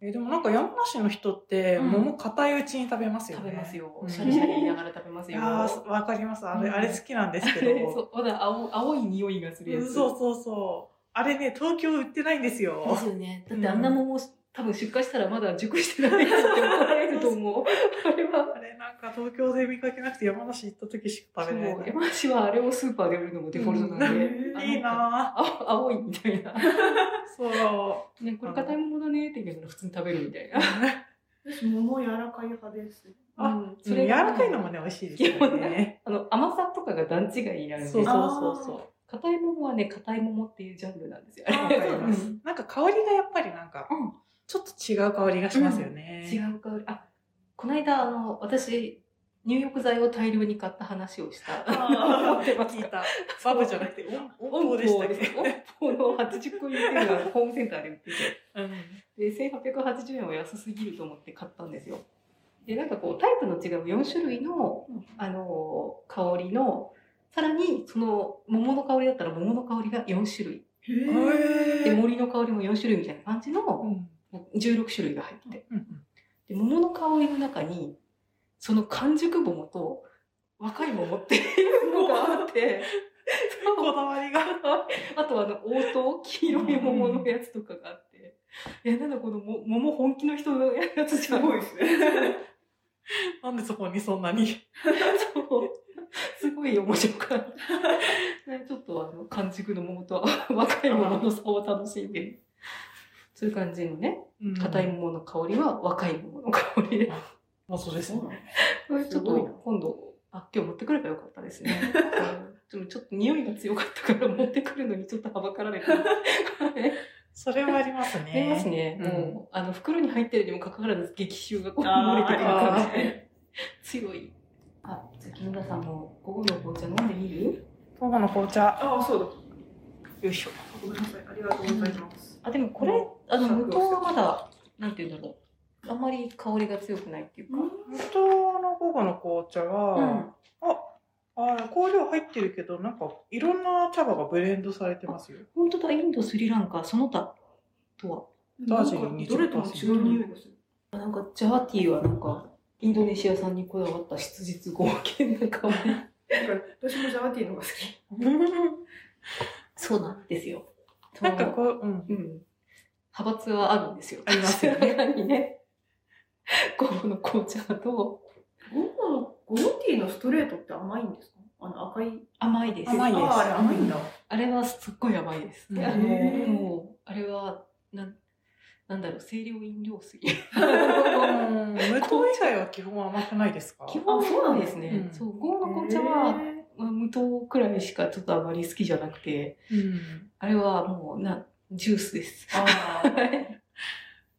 [SPEAKER 2] えでもなんか山梨の人って
[SPEAKER 1] うん
[SPEAKER 2] 桃硬いうちに食べますよ
[SPEAKER 1] 食
[SPEAKER 2] ね。
[SPEAKER 1] べますよ、
[SPEAKER 2] うん
[SPEAKER 1] シャリシャリ言いながら食べます
[SPEAKER 2] い
[SPEAKER 1] よ
[SPEAKER 2] やーわかります。あれ、
[SPEAKER 1] うん
[SPEAKER 2] あれ好きなんですけ
[SPEAKER 1] そ
[SPEAKER 2] ど。
[SPEAKER 1] うまだ青青い匂いがするや
[SPEAKER 2] うん
[SPEAKER 1] つ
[SPEAKER 2] そうそうそう。あれね、東京売ってないんです
[SPEAKER 1] で
[SPEAKER 2] よ。
[SPEAKER 1] すよね。だってあんな桃、多分出荷したらまだ熟してないって怒られると思う。 あれは。
[SPEAKER 2] あれなんか東京で見かけなくて山梨行った時しか食べられ
[SPEAKER 1] そう
[SPEAKER 2] ない。
[SPEAKER 1] 山梨はあれをスーパーで売るのもデフォルトなんで。
[SPEAKER 3] うん
[SPEAKER 2] いいな
[SPEAKER 1] 青青いみたいな。
[SPEAKER 2] ぁ。そう。
[SPEAKER 1] ね、これ硬い桃だねって言いながら普通に食べるみたいな。
[SPEAKER 3] 私、桃柔らかい派です。
[SPEAKER 2] あ
[SPEAKER 1] うん
[SPEAKER 2] それ柔らかいのも
[SPEAKER 1] ね。
[SPEAKER 2] ね、美味しいですよね。
[SPEAKER 1] あの、甘さとかが段違いになるん
[SPEAKER 2] そ
[SPEAKER 1] で
[SPEAKER 2] うそう。そうそう。
[SPEAKER 1] 硬い桃はね、硬い桃っていうジャンルなんですよ。あ
[SPEAKER 2] わ
[SPEAKER 1] れ
[SPEAKER 2] かります
[SPEAKER 1] うん
[SPEAKER 2] なんか香りがやっぱりなんか、
[SPEAKER 1] うん
[SPEAKER 2] ちょっと違う香りがしますよ
[SPEAKER 1] 違
[SPEAKER 2] ね。
[SPEAKER 1] う香り。あ、この間、あの、私、入浴剤を大量に買った話をした。
[SPEAKER 2] あー
[SPEAKER 1] 持ってます
[SPEAKER 2] 聞いた。バブじゃなくて、温
[SPEAKER 1] 温
[SPEAKER 2] 温
[SPEAKER 1] 法
[SPEAKER 2] 法
[SPEAKER 1] で
[SPEAKER 2] で
[SPEAKER 1] し
[SPEAKER 2] したた
[SPEAKER 1] っ
[SPEAKER 2] っ
[SPEAKER 1] け
[SPEAKER 2] け
[SPEAKER 1] 温法の80個入りっていうのがホームセンターで売ってて。
[SPEAKER 2] うん
[SPEAKER 1] で、1880円は安すぎると思って買ったんですよ。で、なんかこう、タイプの違う4種類の
[SPEAKER 3] うん、
[SPEAKER 1] あのー香りの、さらに、その、桃の香りだったら桃の香りが4種類。
[SPEAKER 3] へ
[SPEAKER 2] へ
[SPEAKER 1] で、
[SPEAKER 2] ー
[SPEAKER 1] 森の香りも4種類みたいな感じの、
[SPEAKER 2] うん
[SPEAKER 1] 16種類が入って。
[SPEAKER 2] うんうん
[SPEAKER 1] で、桃の香りの中に、その完熟桃と若い桃っていうのがあって、
[SPEAKER 2] こだわりが。
[SPEAKER 1] あとあの、黄桃、黄色い桃のやつとかがあって。いや、なんだこのも桃本気の人のやつじゃん。
[SPEAKER 3] すね。
[SPEAKER 2] なんでそこにそんなに。
[SPEAKER 1] そう。すごい面白か った。ねちょっとあの、完熟の桃と 若い桃の差を楽しんでる。そういう感じのね、硬い
[SPEAKER 2] もん。
[SPEAKER 1] 桃の香りは若い桃の香りで。
[SPEAKER 2] まあそうですね。
[SPEAKER 1] これちょっ
[SPEAKER 3] すごいな
[SPEAKER 1] と今度、あ、今日持ってくればよかったです ね。うんでもちょっと匂いが強かったから持ってくるのにちょっとはばかられた。はい
[SPEAKER 2] それはあります
[SPEAKER 1] あります
[SPEAKER 2] ね。
[SPEAKER 1] ね。
[SPEAKER 2] うん
[SPEAKER 1] もう、あの、袋に入ってるにもかかわらず、激臭がこう、漏
[SPEAKER 3] あ
[SPEAKER 1] れ
[SPEAKER 3] ー
[SPEAKER 1] てくる感じ
[SPEAKER 3] あります
[SPEAKER 1] で。強い。あ、じゃあ、木村さんも、午後の紅茶飲んでみる
[SPEAKER 2] 午後の紅茶。
[SPEAKER 3] ああ、そうだ。
[SPEAKER 2] よいしょ。
[SPEAKER 3] ごめんなさい。ありがとうございます。
[SPEAKER 1] あ、でもこれ、
[SPEAKER 3] う
[SPEAKER 1] あの、
[SPEAKER 3] そう
[SPEAKER 1] 無糖はまだ、なんて言うんだろう。あんまり香りが強くないっていうか。
[SPEAKER 2] 無糖の午後の紅茶は、ああ、香料入ってるけど、なんかいろんな茶葉がブレンドされてますよ。
[SPEAKER 1] 本当だ、インド、スリランカ、その他とは。
[SPEAKER 2] ダージリン20%
[SPEAKER 3] どれとも違う匂いがする。
[SPEAKER 1] あなんか、ジャワティーはなんか、インドネシア産にこだわった質実剛健な香り。
[SPEAKER 3] だから私もジャワティーの方が好き。
[SPEAKER 1] そうなんですよ。
[SPEAKER 2] なんかこう、うん。
[SPEAKER 1] うん。派閥はあるんですよ。
[SPEAKER 2] ありますよね
[SPEAKER 1] 中に ね。午後の紅茶と
[SPEAKER 3] ゴーの、ゴーティーのストレートって甘いんですかあの赤い。
[SPEAKER 1] 甘いです。
[SPEAKER 2] 甘いです
[SPEAKER 3] ああれ甘いんだ。
[SPEAKER 1] あれはすっごい甘いです。
[SPEAKER 2] うん
[SPEAKER 1] あの、
[SPEAKER 3] へー
[SPEAKER 1] もう、あれは、なん、なんだろう、清涼飲料 水。
[SPEAKER 2] 無糖以外は基本甘くないですか
[SPEAKER 1] 基本そうなんですね。
[SPEAKER 2] うん
[SPEAKER 1] そう、ゴーの紅茶は、まあ無糖くらいしかちょっとあまり好きじゃなくて、
[SPEAKER 2] うん。
[SPEAKER 1] あれはもう、な、ジュースです。
[SPEAKER 3] ああ。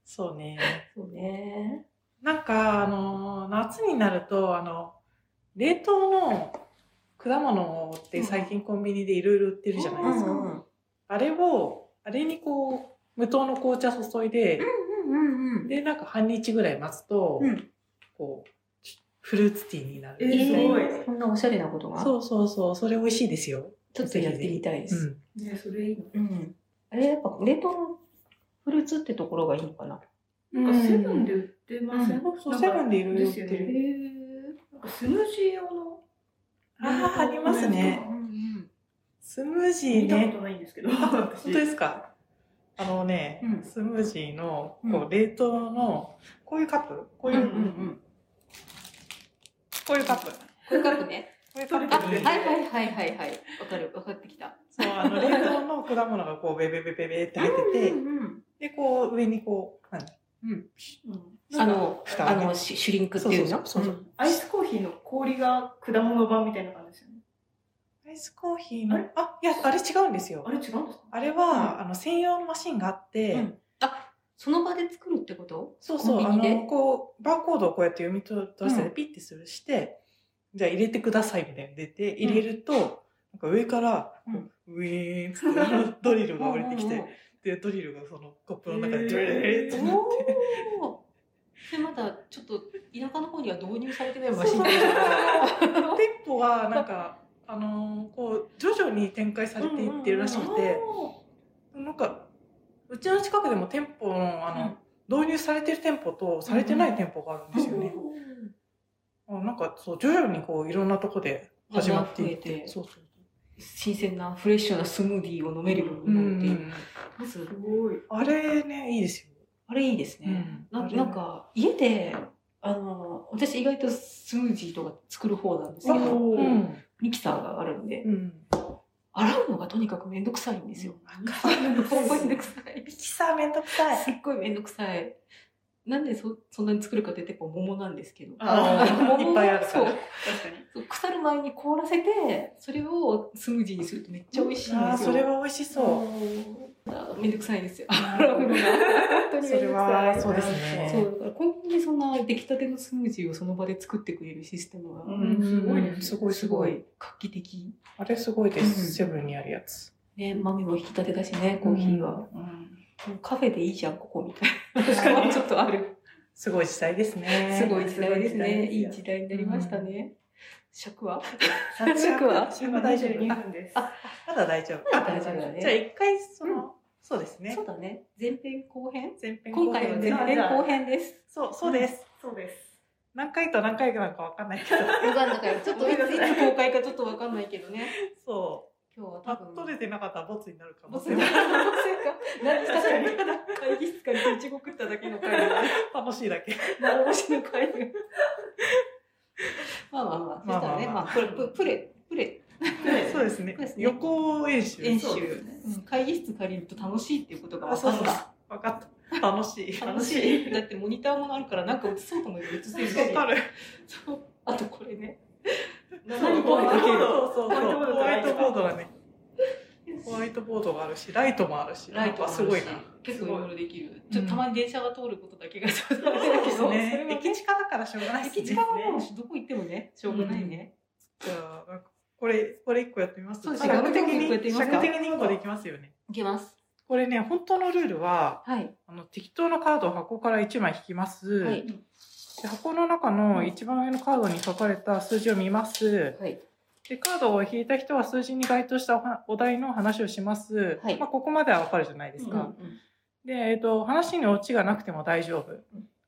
[SPEAKER 2] そうね。
[SPEAKER 1] そうね。
[SPEAKER 2] なんか、あの、夏になると、あの、冷凍の果物って最近コンビニでいろいろ売ってるじゃないですか。
[SPEAKER 3] うん
[SPEAKER 2] あれを、あれにこう、無糖の紅茶注いで、
[SPEAKER 1] うんうん。
[SPEAKER 2] で、なんか半日ぐらい待つと、
[SPEAKER 1] うん
[SPEAKER 2] こう、フルーツティーになる。
[SPEAKER 3] えーすごい
[SPEAKER 1] こんなおしゃれなことが。
[SPEAKER 2] そうそうそう、それ美味しいですよ。
[SPEAKER 1] ちょっとやってみたいで
[SPEAKER 2] う
[SPEAKER 1] す。
[SPEAKER 2] ん。
[SPEAKER 3] ね、それいいな。
[SPEAKER 1] うん。あれ、やっぱ冷凍のフルーツってところがいいのかな。
[SPEAKER 3] なんかセブンで売ってません、
[SPEAKER 2] うんそうセブンでいろいろ売ってる
[SPEAKER 3] ですよねなんかスムージー用の。
[SPEAKER 2] ああ、ありますね。
[SPEAKER 1] ん
[SPEAKER 2] スムージー
[SPEAKER 3] 見たこ
[SPEAKER 2] ね。
[SPEAKER 3] とないんですけど。。
[SPEAKER 2] 本当です すかあのね、
[SPEAKER 1] うん
[SPEAKER 2] スムージーの
[SPEAKER 1] う
[SPEAKER 2] こ
[SPEAKER 1] ん
[SPEAKER 2] う冷凍の、こういうカップこう
[SPEAKER 1] う
[SPEAKER 2] い
[SPEAKER 1] んうん
[SPEAKER 2] う、
[SPEAKER 1] うん。
[SPEAKER 2] こういうカップこ
[SPEAKER 1] こういうカップね。
[SPEAKER 2] ういうカ
[SPEAKER 1] あ、
[SPEAKER 2] ップ
[SPEAKER 1] はいは
[SPEAKER 2] に
[SPEAKER 1] いはいはいはい。わかる、わかってきた。
[SPEAKER 2] そうあの冷凍の果物がこうベベベベベって入ってて、
[SPEAKER 1] うんうん
[SPEAKER 2] でこう上にこう
[SPEAKER 3] うん
[SPEAKER 1] うんあの、
[SPEAKER 2] 蓋
[SPEAKER 1] あ
[SPEAKER 2] をね
[SPEAKER 1] の、シュシュリンクっていうの
[SPEAKER 2] そうそうそう
[SPEAKER 3] アイスコーヒーの氷が果物版みたいな感じですよね。
[SPEAKER 2] アイスコーヒー
[SPEAKER 3] あ
[SPEAKER 2] の
[SPEAKER 3] れ
[SPEAKER 2] あいやあれ違うんですよ
[SPEAKER 3] あれ違うんですか
[SPEAKER 2] あれは、あの専用のマシンがあって、
[SPEAKER 1] うんあ、その場で作るってこと
[SPEAKER 2] そうそう
[SPEAKER 1] コ
[SPEAKER 2] あ
[SPEAKER 1] ンビニで
[SPEAKER 2] のこうバーコードをこうやって読み取らせ
[SPEAKER 1] う
[SPEAKER 2] て
[SPEAKER 1] ん
[SPEAKER 2] ピッてするして、じゃあ入れてくださいみたいに出て入れると、なんか上から、
[SPEAKER 1] うん
[SPEAKER 2] ウィーンっつってあのドリルが降りてきて
[SPEAKER 1] うんうんうん
[SPEAKER 2] でドリルがそのコップの中で
[SPEAKER 3] へー
[SPEAKER 2] ドゥルーッとなって
[SPEAKER 1] おーで、まだちょっと田舎の方には導入されてない
[SPEAKER 2] そう
[SPEAKER 1] マ
[SPEAKER 2] そ
[SPEAKER 1] シン
[SPEAKER 2] うそう
[SPEAKER 1] です
[SPEAKER 2] 店
[SPEAKER 1] ね
[SPEAKER 2] 舗はなんかあのーこう徐々に展開されていってるらしくて、なんかうちの近くでも店舗のあの、導入されてる店舗とされてない店舗があるんですよね、あなんかそう徐々にこういろんなとこで始まってい
[SPEAKER 1] 幅
[SPEAKER 2] っ
[SPEAKER 1] が増え
[SPEAKER 2] て
[SPEAKER 1] て
[SPEAKER 2] そうそう
[SPEAKER 1] 新鮮なフレッシュなスムーディーを飲めるよう
[SPEAKER 2] う
[SPEAKER 1] になっている、
[SPEAKER 2] ん
[SPEAKER 1] まず
[SPEAKER 3] すごい。
[SPEAKER 2] あれねいいですよ、
[SPEAKER 1] あれいいですね、ななんか家であの私意外とスムージーとか作る方なんですけど
[SPEAKER 2] う
[SPEAKER 3] おー
[SPEAKER 2] ん、
[SPEAKER 1] ミキサーがあるんで
[SPEAKER 2] うん、
[SPEAKER 1] 洗うのがとにかくめんどくさいんですよ。ほんまにめんどく さい。
[SPEAKER 2] ミキサーめんどくさ
[SPEAKER 1] すっごいめんどくさい。なんでそそんなに作るかって言ってやっぱ桃なんですけど。
[SPEAKER 3] あー
[SPEAKER 1] 桃を
[SPEAKER 2] いっぱいあるから
[SPEAKER 1] そう
[SPEAKER 3] 確かに。
[SPEAKER 1] そう腐る前に凍らせてそれをスムージーにするとめっちゃ美味しいん
[SPEAKER 2] あ
[SPEAKER 1] で
[SPEAKER 2] ー
[SPEAKER 1] すよ。
[SPEAKER 2] それは美味しそう
[SPEAKER 1] あーめんどくさいですよ。洗うのが
[SPEAKER 2] う
[SPEAKER 1] 本当に
[SPEAKER 2] そ
[SPEAKER 1] めんどく
[SPEAKER 2] れ
[SPEAKER 1] さい。
[SPEAKER 2] はそうですね
[SPEAKER 1] そうだからコンビニでそんな出来たてのスムージーをその場で作ってくれるシステム
[SPEAKER 3] う
[SPEAKER 1] は
[SPEAKER 3] んすごい
[SPEAKER 2] うん
[SPEAKER 3] ですす。
[SPEAKER 2] ごい
[SPEAKER 1] す
[SPEAKER 2] す
[SPEAKER 1] ご
[SPEAKER 2] ごい
[SPEAKER 1] い画期的、
[SPEAKER 2] あれすごいです、
[SPEAKER 1] うん
[SPEAKER 2] セブンにあるやつ
[SPEAKER 1] ね、豆も引き立てだしねコーヒーは、
[SPEAKER 3] うん
[SPEAKER 1] もうカフェでいいじゃんここみたい
[SPEAKER 2] 確
[SPEAKER 1] な
[SPEAKER 2] かに
[SPEAKER 1] ちょっとある
[SPEAKER 2] すごい時代ですね
[SPEAKER 1] すごい時代ですねい
[SPEAKER 3] い
[SPEAKER 1] い
[SPEAKER 3] い
[SPEAKER 1] 時
[SPEAKER 3] 時
[SPEAKER 1] 代になりましたね、尺は
[SPEAKER 2] 尺
[SPEAKER 1] 尺は
[SPEAKER 2] 尺
[SPEAKER 3] 今
[SPEAKER 2] は大丈夫
[SPEAKER 3] 22分です。
[SPEAKER 2] まだ大丈夫
[SPEAKER 1] まだ大丈夫だね
[SPEAKER 2] じゃあ一回その、そうですね
[SPEAKER 1] そうだね。前編後編
[SPEAKER 2] 前編
[SPEAKER 1] 今
[SPEAKER 2] 後
[SPEAKER 1] 回は
[SPEAKER 2] 編で
[SPEAKER 1] 前編後編です。
[SPEAKER 2] そうそうです、
[SPEAKER 3] そうです。
[SPEAKER 2] 何回と何回なのかわかんないけど
[SPEAKER 1] わかんなかった。ちょっといついつ公開かちょっとわかんないけどね。
[SPEAKER 2] そ
[SPEAKER 1] 今日は
[SPEAKER 2] うパ
[SPEAKER 1] 多
[SPEAKER 2] ッ
[SPEAKER 1] 分。
[SPEAKER 2] と出てなかったらボツになるかも
[SPEAKER 1] ボ
[SPEAKER 2] し
[SPEAKER 1] ス
[SPEAKER 2] れ
[SPEAKER 1] に
[SPEAKER 2] な
[SPEAKER 1] ないりませんか何したかにただ会議室からイチゴ食っただけの会が、
[SPEAKER 2] 楽しいだけ
[SPEAKER 1] 丸腰の会が。 まあまあまあ、そしたらね、
[SPEAKER 2] まあ
[SPEAKER 1] ま
[SPEAKER 2] ま
[SPEAKER 1] あ
[SPEAKER 2] あ、
[SPEAKER 1] プレ、プレ、プレ
[SPEAKER 2] そうですね
[SPEAKER 1] そうですね
[SPEAKER 2] 予行演習
[SPEAKER 1] 練習
[SPEAKER 2] そう。
[SPEAKER 1] うん会議室借りると楽しいっていうことが分か
[SPEAKER 2] あそう
[SPEAKER 1] っ
[SPEAKER 2] そわかった楽しい
[SPEAKER 1] た。楽しい。だってモニターもあるから、なんか映そうと思えば映せるし。
[SPEAKER 2] わかる
[SPEAKER 1] そう。あとこれね。
[SPEAKER 3] 何
[SPEAKER 1] こ
[SPEAKER 3] こ
[SPEAKER 1] れ
[SPEAKER 3] れ
[SPEAKER 1] だけど。
[SPEAKER 2] そうそうそうホ
[SPEAKER 3] ホ
[SPEAKER 2] ワ
[SPEAKER 3] ワ
[SPEAKER 2] イ
[SPEAKER 3] イ
[SPEAKER 2] ト
[SPEAKER 3] ト
[SPEAKER 2] ボ
[SPEAKER 3] ボ
[SPEAKER 2] ー
[SPEAKER 3] ー
[SPEAKER 2] ドがねホワイトボードがあるしライトもあるし
[SPEAKER 1] ライト
[SPEAKER 2] なんかすごいな
[SPEAKER 1] 結構いろいろできる。ち
[SPEAKER 2] すごい
[SPEAKER 1] ょっとたまに電車が通ることだけが ちょっとあれ
[SPEAKER 2] そう
[SPEAKER 1] だけ
[SPEAKER 2] で
[SPEAKER 1] ど、
[SPEAKER 2] すね
[SPEAKER 1] それは
[SPEAKER 2] 駅近だからしょうがないですね
[SPEAKER 1] 駅近はもうどこ行ってもね、しょうがないね。
[SPEAKER 2] じゃあなんかこれこれ一個やってみます
[SPEAKER 1] そうです
[SPEAKER 2] 尺的
[SPEAKER 1] 尺的に一個やってみます
[SPEAKER 2] に
[SPEAKER 1] か
[SPEAKER 2] 尺的に一個できますよね
[SPEAKER 1] 行けます。
[SPEAKER 2] これね本当のルールは
[SPEAKER 1] はい。
[SPEAKER 2] あの適当なカードを箱から1枚引きます、
[SPEAKER 1] はい。
[SPEAKER 2] で箱の中の一番上のカードに書かれた数字を見ます
[SPEAKER 1] はい。
[SPEAKER 2] でカードを引いた人は数字に該当したおはお題の話をします、
[SPEAKER 1] はい
[SPEAKER 2] まあ、ここまではわかるじゃないですか、
[SPEAKER 1] うん
[SPEAKER 2] で、えっと話にオチがなくても大丈夫
[SPEAKER 1] ん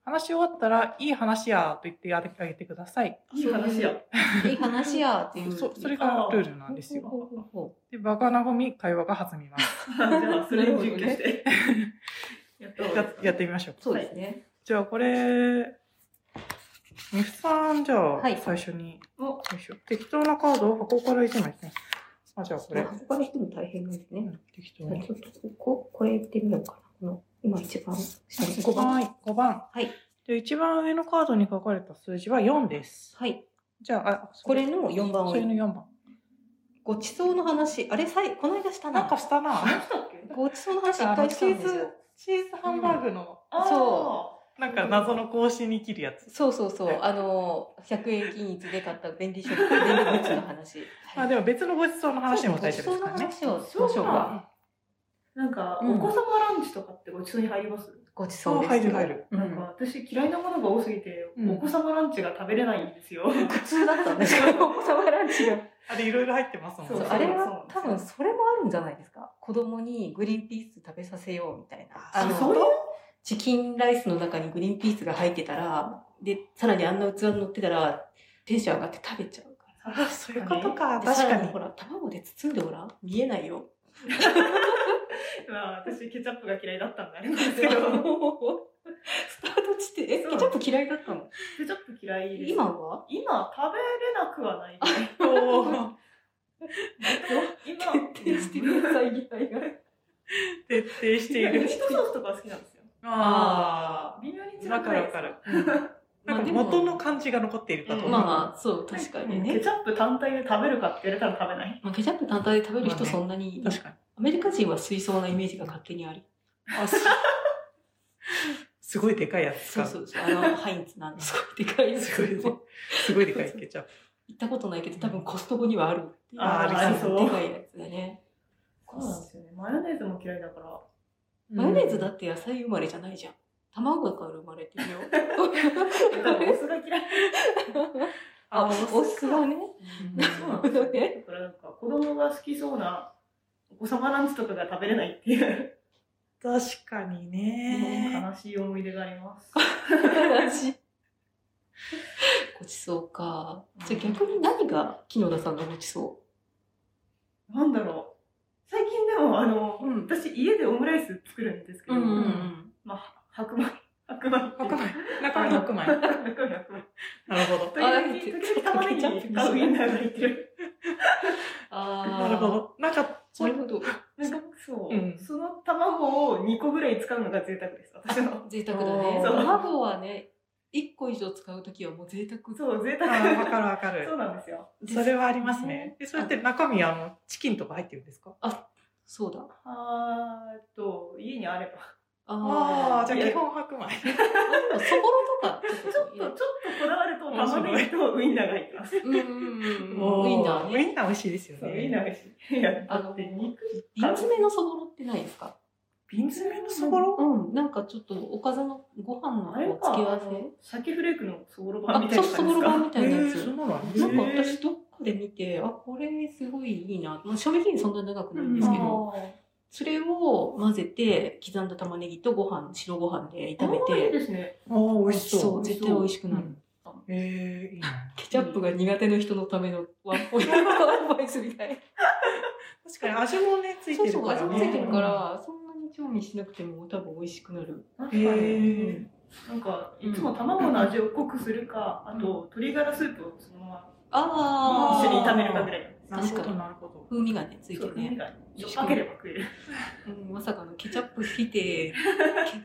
[SPEAKER 2] 話し終わったら「いい話や」と言ってあげてください
[SPEAKER 3] いい話や。
[SPEAKER 1] うんいい話やっていう。
[SPEAKER 2] そそれがルールなんですよ
[SPEAKER 1] ほうほうほ
[SPEAKER 2] で場が和み会話が弾みます
[SPEAKER 3] じゃあそれを準備して。やった方がいい
[SPEAKER 2] や
[SPEAKER 3] ですか
[SPEAKER 2] やってみましょう
[SPEAKER 1] うそうですね。
[SPEAKER 2] じゃあこれみふさんじゃあ
[SPEAKER 1] はい
[SPEAKER 2] 最初に、
[SPEAKER 3] お
[SPEAKER 2] よいしょ適当なカードを箱から1枚ですねあじゃあこれ、
[SPEAKER 1] あそこから引くの大変なんです
[SPEAKER 2] う
[SPEAKER 1] ね。
[SPEAKER 2] ん適当
[SPEAKER 1] じゃあ
[SPEAKER 2] に
[SPEAKER 1] ちょっとここ、これ行ってみようかな。この、今一番下の5番。
[SPEAKER 2] はい5番
[SPEAKER 1] はい
[SPEAKER 2] で一番上のカードに書かれた数字は4です
[SPEAKER 1] はい。
[SPEAKER 2] じゃああ
[SPEAKER 1] これの4番
[SPEAKER 2] それ
[SPEAKER 1] 上。
[SPEAKER 2] の4番
[SPEAKER 1] ごちそうの話。あれ、さいこの間した
[SPEAKER 2] なんか
[SPEAKER 1] な。
[SPEAKER 2] したな
[SPEAKER 1] ごちそうの話一
[SPEAKER 2] あの
[SPEAKER 1] 回
[SPEAKER 2] チ
[SPEAKER 1] したん
[SPEAKER 2] ー
[SPEAKER 1] ですよ
[SPEAKER 2] ズ。チーズハンバーグの、
[SPEAKER 1] そ
[SPEAKER 2] なんか謎の格子に切るやつ、
[SPEAKER 1] そうそうそう。あの、100円均一で買った便利食品、便利グッズの話。
[SPEAKER 2] まあでも別のごちそうの話でも大丈
[SPEAKER 1] ごちそう
[SPEAKER 2] 夫ですか
[SPEAKER 1] の
[SPEAKER 2] らね
[SPEAKER 1] 話をしましょうか。
[SPEAKER 3] なんか、
[SPEAKER 1] うん
[SPEAKER 3] お子様ランチとかってごちそうに入ります、
[SPEAKER 1] ごち
[SPEAKER 2] そう入る入る
[SPEAKER 1] う
[SPEAKER 3] なんか
[SPEAKER 1] ん、
[SPEAKER 3] 私嫌いなものが多すぎて、
[SPEAKER 2] うん
[SPEAKER 3] お子様ランチが食べれないんですよ。
[SPEAKER 1] 苦痛だったんですけど、お子様ランチが。
[SPEAKER 2] あれいろいろ入ってますもん
[SPEAKER 3] そ
[SPEAKER 1] そうう
[SPEAKER 2] ね
[SPEAKER 1] あれ
[SPEAKER 3] そう
[SPEAKER 1] は
[SPEAKER 3] なんです
[SPEAKER 1] 多
[SPEAKER 3] よ
[SPEAKER 1] 分それもあるんじゃないですか。子供にグリーンピース食べさせようみたいな。
[SPEAKER 2] あ
[SPEAKER 1] の
[SPEAKER 3] そういう
[SPEAKER 1] チキンライスの中にグリーンピースが入ってたら、で、さらにあんな器に乗ってたら、テンション上がって食べちゃうか
[SPEAKER 2] あそういうこと
[SPEAKER 1] ら。
[SPEAKER 2] か
[SPEAKER 1] で
[SPEAKER 2] 確
[SPEAKER 1] さ
[SPEAKER 2] からに
[SPEAKER 1] ほら、卵で包んでごらん。見えないよ。
[SPEAKER 3] まあ私ケチャップが嫌いだったんだね。
[SPEAKER 1] スタート地点、え、ケチ
[SPEAKER 3] そ
[SPEAKER 1] ャ
[SPEAKER 3] う
[SPEAKER 1] ップ嫌いだったの
[SPEAKER 3] ケチャップ嫌いです。
[SPEAKER 1] 今は
[SPEAKER 3] 今食べれなくはないけど。
[SPEAKER 2] おー
[SPEAKER 3] 今
[SPEAKER 1] 徹底してる野菜嫌いが。
[SPEAKER 2] 徹底してい
[SPEAKER 3] ミー
[SPEAKER 2] る
[SPEAKER 3] トソースとか好きなんですよ。
[SPEAKER 2] あ
[SPEAKER 3] 微妙に違
[SPEAKER 2] あ
[SPEAKER 3] く
[SPEAKER 2] わか
[SPEAKER 3] な
[SPEAKER 2] る
[SPEAKER 3] いで
[SPEAKER 2] わ
[SPEAKER 3] す
[SPEAKER 2] かる、
[SPEAKER 1] まあ
[SPEAKER 2] なんか
[SPEAKER 1] でも
[SPEAKER 2] 元の感じが残っているかと
[SPEAKER 1] ま
[SPEAKER 2] 思
[SPEAKER 1] あ
[SPEAKER 2] う、
[SPEAKER 3] うん
[SPEAKER 1] まあ、そう、確かに
[SPEAKER 3] ケ
[SPEAKER 1] ね。
[SPEAKER 3] チャップ単体で食べるかって言われたら食べない。
[SPEAKER 1] まあ、ケチャップ単体で食べる人
[SPEAKER 2] まあね
[SPEAKER 1] そんなに、
[SPEAKER 2] 確かに
[SPEAKER 1] アメリカ人は水槽なイメージが勝手にある。
[SPEAKER 2] あすすごいでかいやつ
[SPEAKER 1] そ
[SPEAKER 2] か
[SPEAKER 1] うそうそう。あの、ハインツなん ですごいでかいやつ。
[SPEAKER 2] すごいね
[SPEAKER 1] 行
[SPEAKER 2] すごいでかいケチャップ
[SPEAKER 1] ったことないけど、多分コストコにはあるっていう。
[SPEAKER 2] あーありそう
[SPEAKER 1] でかいやつだね。
[SPEAKER 3] そうなんですよね。マヨネーズも嫌いだから。
[SPEAKER 1] マヨネーズだって野菜生まれじゃないじゃん。卵から生まれてるよ。
[SPEAKER 3] 多分お酢が嫌い。
[SPEAKER 1] あ、お酢がね。
[SPEAKER 2] うん
[SPEAKER 3] そうなんですよね。だからなんか子供が好きそうなお子様ランチとかが食べれないっていう、
[SPEAKER 2] 確かにね
[SPEAKER 3] 悲しい思い出があります。
[SPEAKER 1] 私ごちそうか。じゃあ逆に何が木野田さんのごちそ
[SPEAKER 3] なんだろう。最近でもあの、
[SPEAKER 1] うん
[SPEAKER 3] 私家でオムライス作るんですけ
[SPEAKER 1] う
[SPEAKER 3] ど、
[SPEAKER 2] ん
[SPEAKER 3] まあ白米。白米。
[SPEAKER 2] 白米中
[SPEAKER 3] 白
[SPEAKER 2] 身
[SPEAKER 3] 米。
[SPEAKER 2] 白米
[SPEAKER 3] 白米。白米。
[SPEAKER 2] なるほど
[SPEAKER 3] 時々時々玉ねぎがウインナーが入ってる。
[SPEAKER 1] ああ。
[SPEAKER 2] なるほ。どなんかそ
[SPEAKER 1] なる
[SPEAKER 2] う
[SPEAKER 1] ほど。
[SPEAKER 3] なんかそう、
[SPEAKER 2] うん
[SPEAKER 3] その卵を2個ぐらい使うのが贅沢です。私の。
[SPEAKER 1] 贅沢だね。
[SPEAKER 3] そう
[SPEAKER 1] 卵はね、1個以上使うときはもう贅沢。
[SPEAKER 3] そう、贅
[SPEAKER 2] あ
[SPEAKER 3] 沢。
[SPEAKER 2] ーわかるわか
[SPEAKER 3] そう
[SPEAKER 2] る
[SPEAKER 3] なんですよ。
[SPEAKER 2] それはありますねでそれって中身あのチキンとか入ってるんですか
[SPEAKER 1] そうだ。
[SPEAKER 3] あーっと、家にあれば。
[SPEAKER 2] ああじゃあ
[SPEAKER 1] いや
[SPEAKER 2] 基本白米
[SPEAKER 1] でもそぼろとか
[SPEAKER 3] ちょっと、ちょっとこだわると、
[SPEAKER 2] 面白い
[SPEAKER 3] 玉ねぎとウインナーが入ってます。
[SPEAKER 1] うんうんうん
[SPEAKER 2] お
[SPEAKER 1] ウ
[SPEAKER 2] ー
[SPEAKER 1] インナー
[SPEAKER 2] ウ
[SPEAKER 1] ね。
[SPEAKER 2] インナー美味しいですよ
[SPEAKER 3] そう
[SPEAKER 2] ね
[SPEAKER 3] ウインナーがしい。いや、
[SPEAKER 1] あ
[SPEAKER 3] だ
[SPEAKER 1] の
[SPEAKER 3] って肉、
[SPEAKER 1] 瓶詰めのそぼろってないですか
[SPEAKER 2] 瓶詰めのそぼろ
[SPEAKER 1] うん。なんかちょっとおかずのご飯の
[SPEAKER 3] あれ
[SPEAKER 1] お付け合わ
[SPEAKER 3] か
[SPEAKER 1] せ。、
[SPEAKER 3] 鮭フレークのそぼろ版
[SPEAKER 1] あ
[SPEAKER 3] み、たい
[SPEAKER 1] そう、
[SPEAKER 3] な
[SPEAKER 1] そぼ
[SPEAKER 3] 感じ
[SPEAKER 1] ろ
[SPEAKER 3] です
[SPEAKER 1] 版
[SPEAKER 3] か
[SPEAKER 1] みたいなや
[SPEAKER 2] えー
[SPEAKER 1] つ
[SPEAKER 2] そ。うなの
[SPEAKER 1] なんか
[SPEAKER 3] へー
[SPEAKER 1] 私どっかで見て、あ、これすごいいいな。まあ、賞味期限そんな長くないんですけ
[SPEAKER 2] ろ
[SPEAKER 1] ど、
[SPEAKER 3] あー
[SPEAKER 1] それを混ぜて、刻んだ玉ねぎとご飯、白ご飯で炒め
[SPEAKER 3] あーいい
[SPEAKER 1] て、
[SPEAKER 3] ですね。
[SPEAKER 2] ああ、美味しそう。
[SPEAKER 1] そう、絶対美味しくなる。
[SPEAKER 2] ええいいな
[SPEAKER 1] ケチャップが苦手な人のためのワンポイントアドバイスみたいな。
[SPEAKER 2] 確かに味もね、つい
[SPEAKER 1] そう
[SPEAKER 2] て
[SPEAKER 1] そ
[SPEAKER 2] る
[SPEAKER 1] う、
[SPEAKER 2] から
[SPEAKER 1] 味
[SPEAKER 2] ね。
[SPEAKER 1] もついてるから、そんなに調味しなくても多分美味しくなる。
[SPEAKER 3] 確か
[SPEAKER 2] へ
[SPEAKER 3] に。
[SPEAKER 2] え
[SPEAKER 3] なんか、いつも卵の味を濃くするか、あと、鶏ガラスープをそのまま
[SPEAKER 1] あ
[SPEAKER 3] 一
[SPEAKER 1] ー
[SPEAKER 3] 緒に炒めるかぐらい。
[SPEAKER 2] なるほ
[SPEAKER 1] 確か
[SPEAKER 2] ど、
[SPEAKER 1] に
[SPEAKER 2] なるほど。
[SPEAKER 1] 風味がね、ついて
[SPEAKER 3] そう、
[SPEAKER 1] ね
[SPEAKER 3] ね。。よかければ食える。
[SPEAKER 1] うん、まさかのケチャップ否定ケ、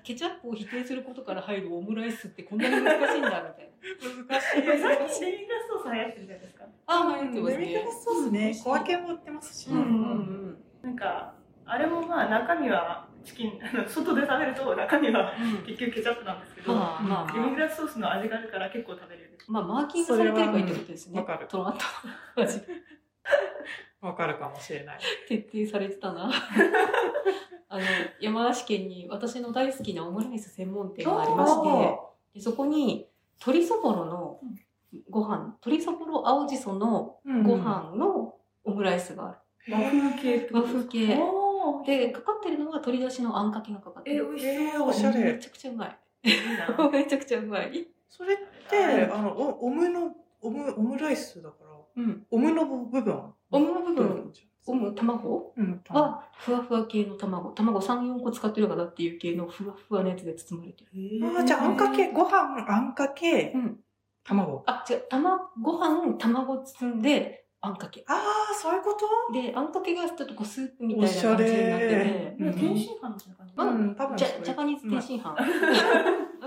[SPEAKER 1] ケチャップを否定することから入るオムライスってこんなに難しいんだ、みたいな。
[SPEAKER 2] 難しい
[SPEAKER 3] え、最
[SPEAKER 2] で
[SPEAKER 3] 近
[SPEAKER 2] す
[SPEAKER 3] デミグラスソース流行ってるじゃないですか。
[SPEAKER 1] あー、流行ってます
[SPEAKER 2] デミグ
[SPEAKER 1] ね
[SPEAKER 2] ラ。スソースね、小分けも売ってますし
[SPEAKER 1] う
[SPEAKER 2] ね。
[SPEAKER 1] んうん
[SPEAKER 3] なんか、あれもまあ中身はチキン、あの外で食べると中身は
[SPEAKER 1] うん。
[SPEAKER 3] 結局ケチャップなんですけど、
[SPEAKER 1] まあまあ
[SPEAKER 3] デミ
[SPEAKER 1] ま
[SPEAKER 3] グラスソースの味があるから結構食べれる。
[SPEAKER 1] あ、まあ、マーキングされてればいいってことですね。
[SPEAKER 2] それはうんわかる
[SPEAKER 1] トラッと味
[SPEAKER 2] わかるかもしれない。
[SPEAKER 1] 徹底されてたな。あの、山梨県に私の大好きなオムライス専門店がありまして、でそこに鶏そぼろのご飯、鶏そぼろ青じその
[SPEAKER 2] うん
[SPEAKER 1] ご。飯のオムライスがある。
[SPEAKER 3] 和風系って
[SPEAKER 1] 和
[SPEAKER 3] こと
[SPEAKER 1] 風系。
[SPEAKER 3] おー
[SPEAKER 1] で、かかってるのは鶏だしのあんかけがかかって
[SPEAKER 3] え、
[SPEAKER 1] る。
[SPEAKER 3] 美味し
[SPEAKER 2] えー、
[SPEAKER 3] そう。
[SPEAKER 2] おしゃ
[SPEAKER 1] め
[SPEAKER 2] れ。
[SPEAKER 1] ちゃくちゃう まい。
[SPEAKER 3] いいな。
[SPEAKER 1] めちゃくちゃうまい。
[SPEAKER 2] それって、あの、おオムの、オム、オムライスだから、
[SPEAKER 1] うん。
[SPEAKER 2] オムの部分。
[SPEAKER 1] オムの部分、オ
[SPEAKER 2] ム。
[SPEAKER 1] ム卵
[SPEAKER 2] うん。
[SPEAKER 1] は、ふわふわ系の卵。卵3、4個使ってるかなっていう系のふわふわのやつで包まれてる。
[SPEAKER 2] ああ、じゃあ、あんかけ、ご飯、あんかけ
[SPEAKER 1] う、ん。
[SPEAKER 2] 卵。
[SPEAKER 1] あ、違う。卵、ご飯、卵包んで、あんかけ。
[SPEAKER 2] ああ、そういうこと
[SPEAKER 1] で、あんかけがちょっとこうスープみたいな感じになって
[SPEAKER 2] おしゃ
[SPEAKER 1] て
[SPEAKER 2] れ。
[SPEAKER 3] なんか天津飯みたいな感じ。
[SPEAKER 1] まあ
[SPEAKER 2] ん、多分
[SPEAKER 1] ジ
[SPEAKER 2] そうい
[SPEAKER 1] ャ
[SPEAKER 2] う
[SPEAKER 1] ジャパニーズ天津飯。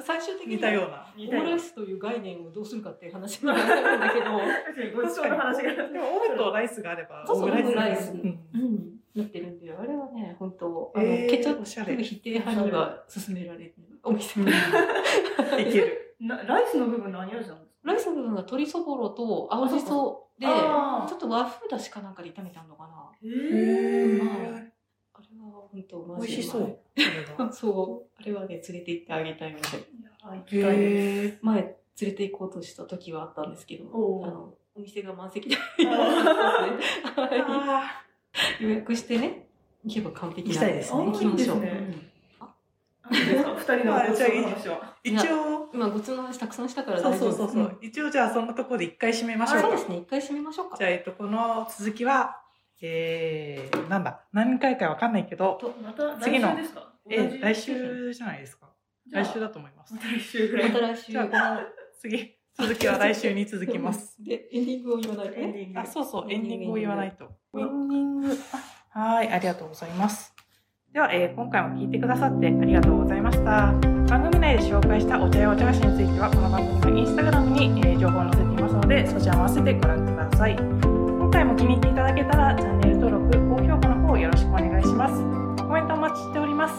[SPEAKER 1] 最終的に
[SPEAKER 2] 似たような。
[SPEAKER 1] オ
[SPEAKER 3] 似た
[SPEAKER 1] ムラ
[SPEAKER 3] よ
[SPEAKER 1] イ
[SPEAKER 3] う
[SPEAKER 1] スという概念をどうするかっていう話になるんだけど。
[SPEAKER 3] 確かにごちそうの話が。
[SPEAKER 2] でも、オムとライスがあれば、
[SPEAKER 1] そうそう
[SPEAKER 2] だね
[SPEAKER 1] オムライス
[SPEAKER 2] うん
[SPEAKER 1] うん。なってるんで、あれはね、本当あの、
[SPEAKER 2] えー
[SPEAKER 1] ケチャッ
[SPEAKER 2] おしゃれ。
[SPEAKER 1] プ
[SPEAKER 2] い
[SPEAKER 1] 否定派には勧められるお店。
[SPEAKER 2] ける。
[SPEAKER 3] なライスの部分何味なんですか
[SPEAKER 1] ライスの部分が鶏そぼろと青じそで、ち
[SPEAKER 3] あ
[SPEAKER 1] ょっと和風だしかなんかで炒めたのかな。
[SPEAKER 3] へ
[SPEAKER 2] へ
[SPEAKER 3] ー
[SPEAKER 1] うま
[SPEAKER 2] ー
[SPEAKER 1] いあれは本当
[SPEAKER 2] 美
[SPEAKER 1] マ
[SPEAKER 2] 味
[SPEAKER 1] ジ
[SPEAKER 2] し
[SPEAKER 1] で
[SPEAKER 2] そうう。それ
[SPEAKER 1] ま。
[SPEAKER 2] はい
[SPEAKER 1] そう。あれはね、連れて行ってあげたいので。
[SPEAKER 3] いや行きたいです
[SPEAKER 2] へー
[SPEAKER 1] 前、連れて行こうとした時はあったんですけど、
[SPEAKER 3] おう
[SPEAKER 1] あの、お店が満席で、
[SPEAKER 3] あ
[SPEAKER 1] は
[SPEAKER 2] あ
[SPEAKER 1] い予約してね、行けば完璧なん
[SPEAKER 2] 行きたいです
[SPEAKER 3] ね
[SPEAKER 1] 行きましょう。
[SPEAKER 3] いいですね
[SPEAKER 1] うん
[SPEAKER 3] あいいですか二人のごちそうの話は。
[SPEAKER 2] ー一応、
[SPEAKER 1] 今、ごちそうの話たくさんしたから
[SPEAKER 2] そう
[SPEAKER 1] 大丈
[SPEAKER 2] そ
[SPEAKER 1] 夫
[SPEAKER 2] うそうそう。一応、じゃあ、そんなところで一回締めましょ
[SPEAKER 1] あ
[SPEAKER 2] う
[SPEAKER 1] そうで
[SPEAKER 2] か。
[SPEAKER 1] すね、一回閉めましょうか
[SPEAKER 2] じゃ。あ、えっと、この続きは、えー、なんだ、何回かわかんないけど、
[SPEAKER 3] とまた
[SPEAKER 2] 次
[SPEAKER 3] 来
[SPEAKER 2] の
[SPEAKER 3] 週ですか
[SPEAKER 2] えー、来週じゃないですか。
[SPEAKER 3] じゃあ
[SPEAKER 2] 来週だと思います
[SPEAKER 3] ま。た来週ぐら
[SPEAKER 1] ま
[SPEAKER 3] い
[SPEAKER 1] た。来週
[SPEAKER 2] じ。ゃあ、この次、続きは来週に続きます。
[SPEAKER 1] で、エンディングを言わないと
[SPEAKER 3] エン
[SPEAKER 1] ね。
[SPEAKER 3] ディング
[SPEAKER 2] あ、そうそう、
[SPEAKER 1] エ
[SPEAKER 2] エ
[SPEAKER 1] ン
[SPEAKER 2] ン
[SPEAKER 1] デ
[SPEAKER 2] デ
[SPEAKER 1] ィ
[SPEAKER 2] ィ
[SPEAKER 1] ング
[SPEAKER 2] ングを言わないと。エンディング。あはーい、ありがとうございます。では、えー今回も聞いてくださってありがとうございました。番組内で紹介したお茶やお茶菓子については、この番組のインスタグラムに、えー情報を載せていますので、そちらも合わせてご覧ください。今回も気に入っていただけたら、チャンネル登録、高評価の方よろしくお願いします。コメントお待ちしております。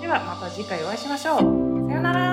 [SPEAKER 2] では、また次回お会いしましょう。さようなら。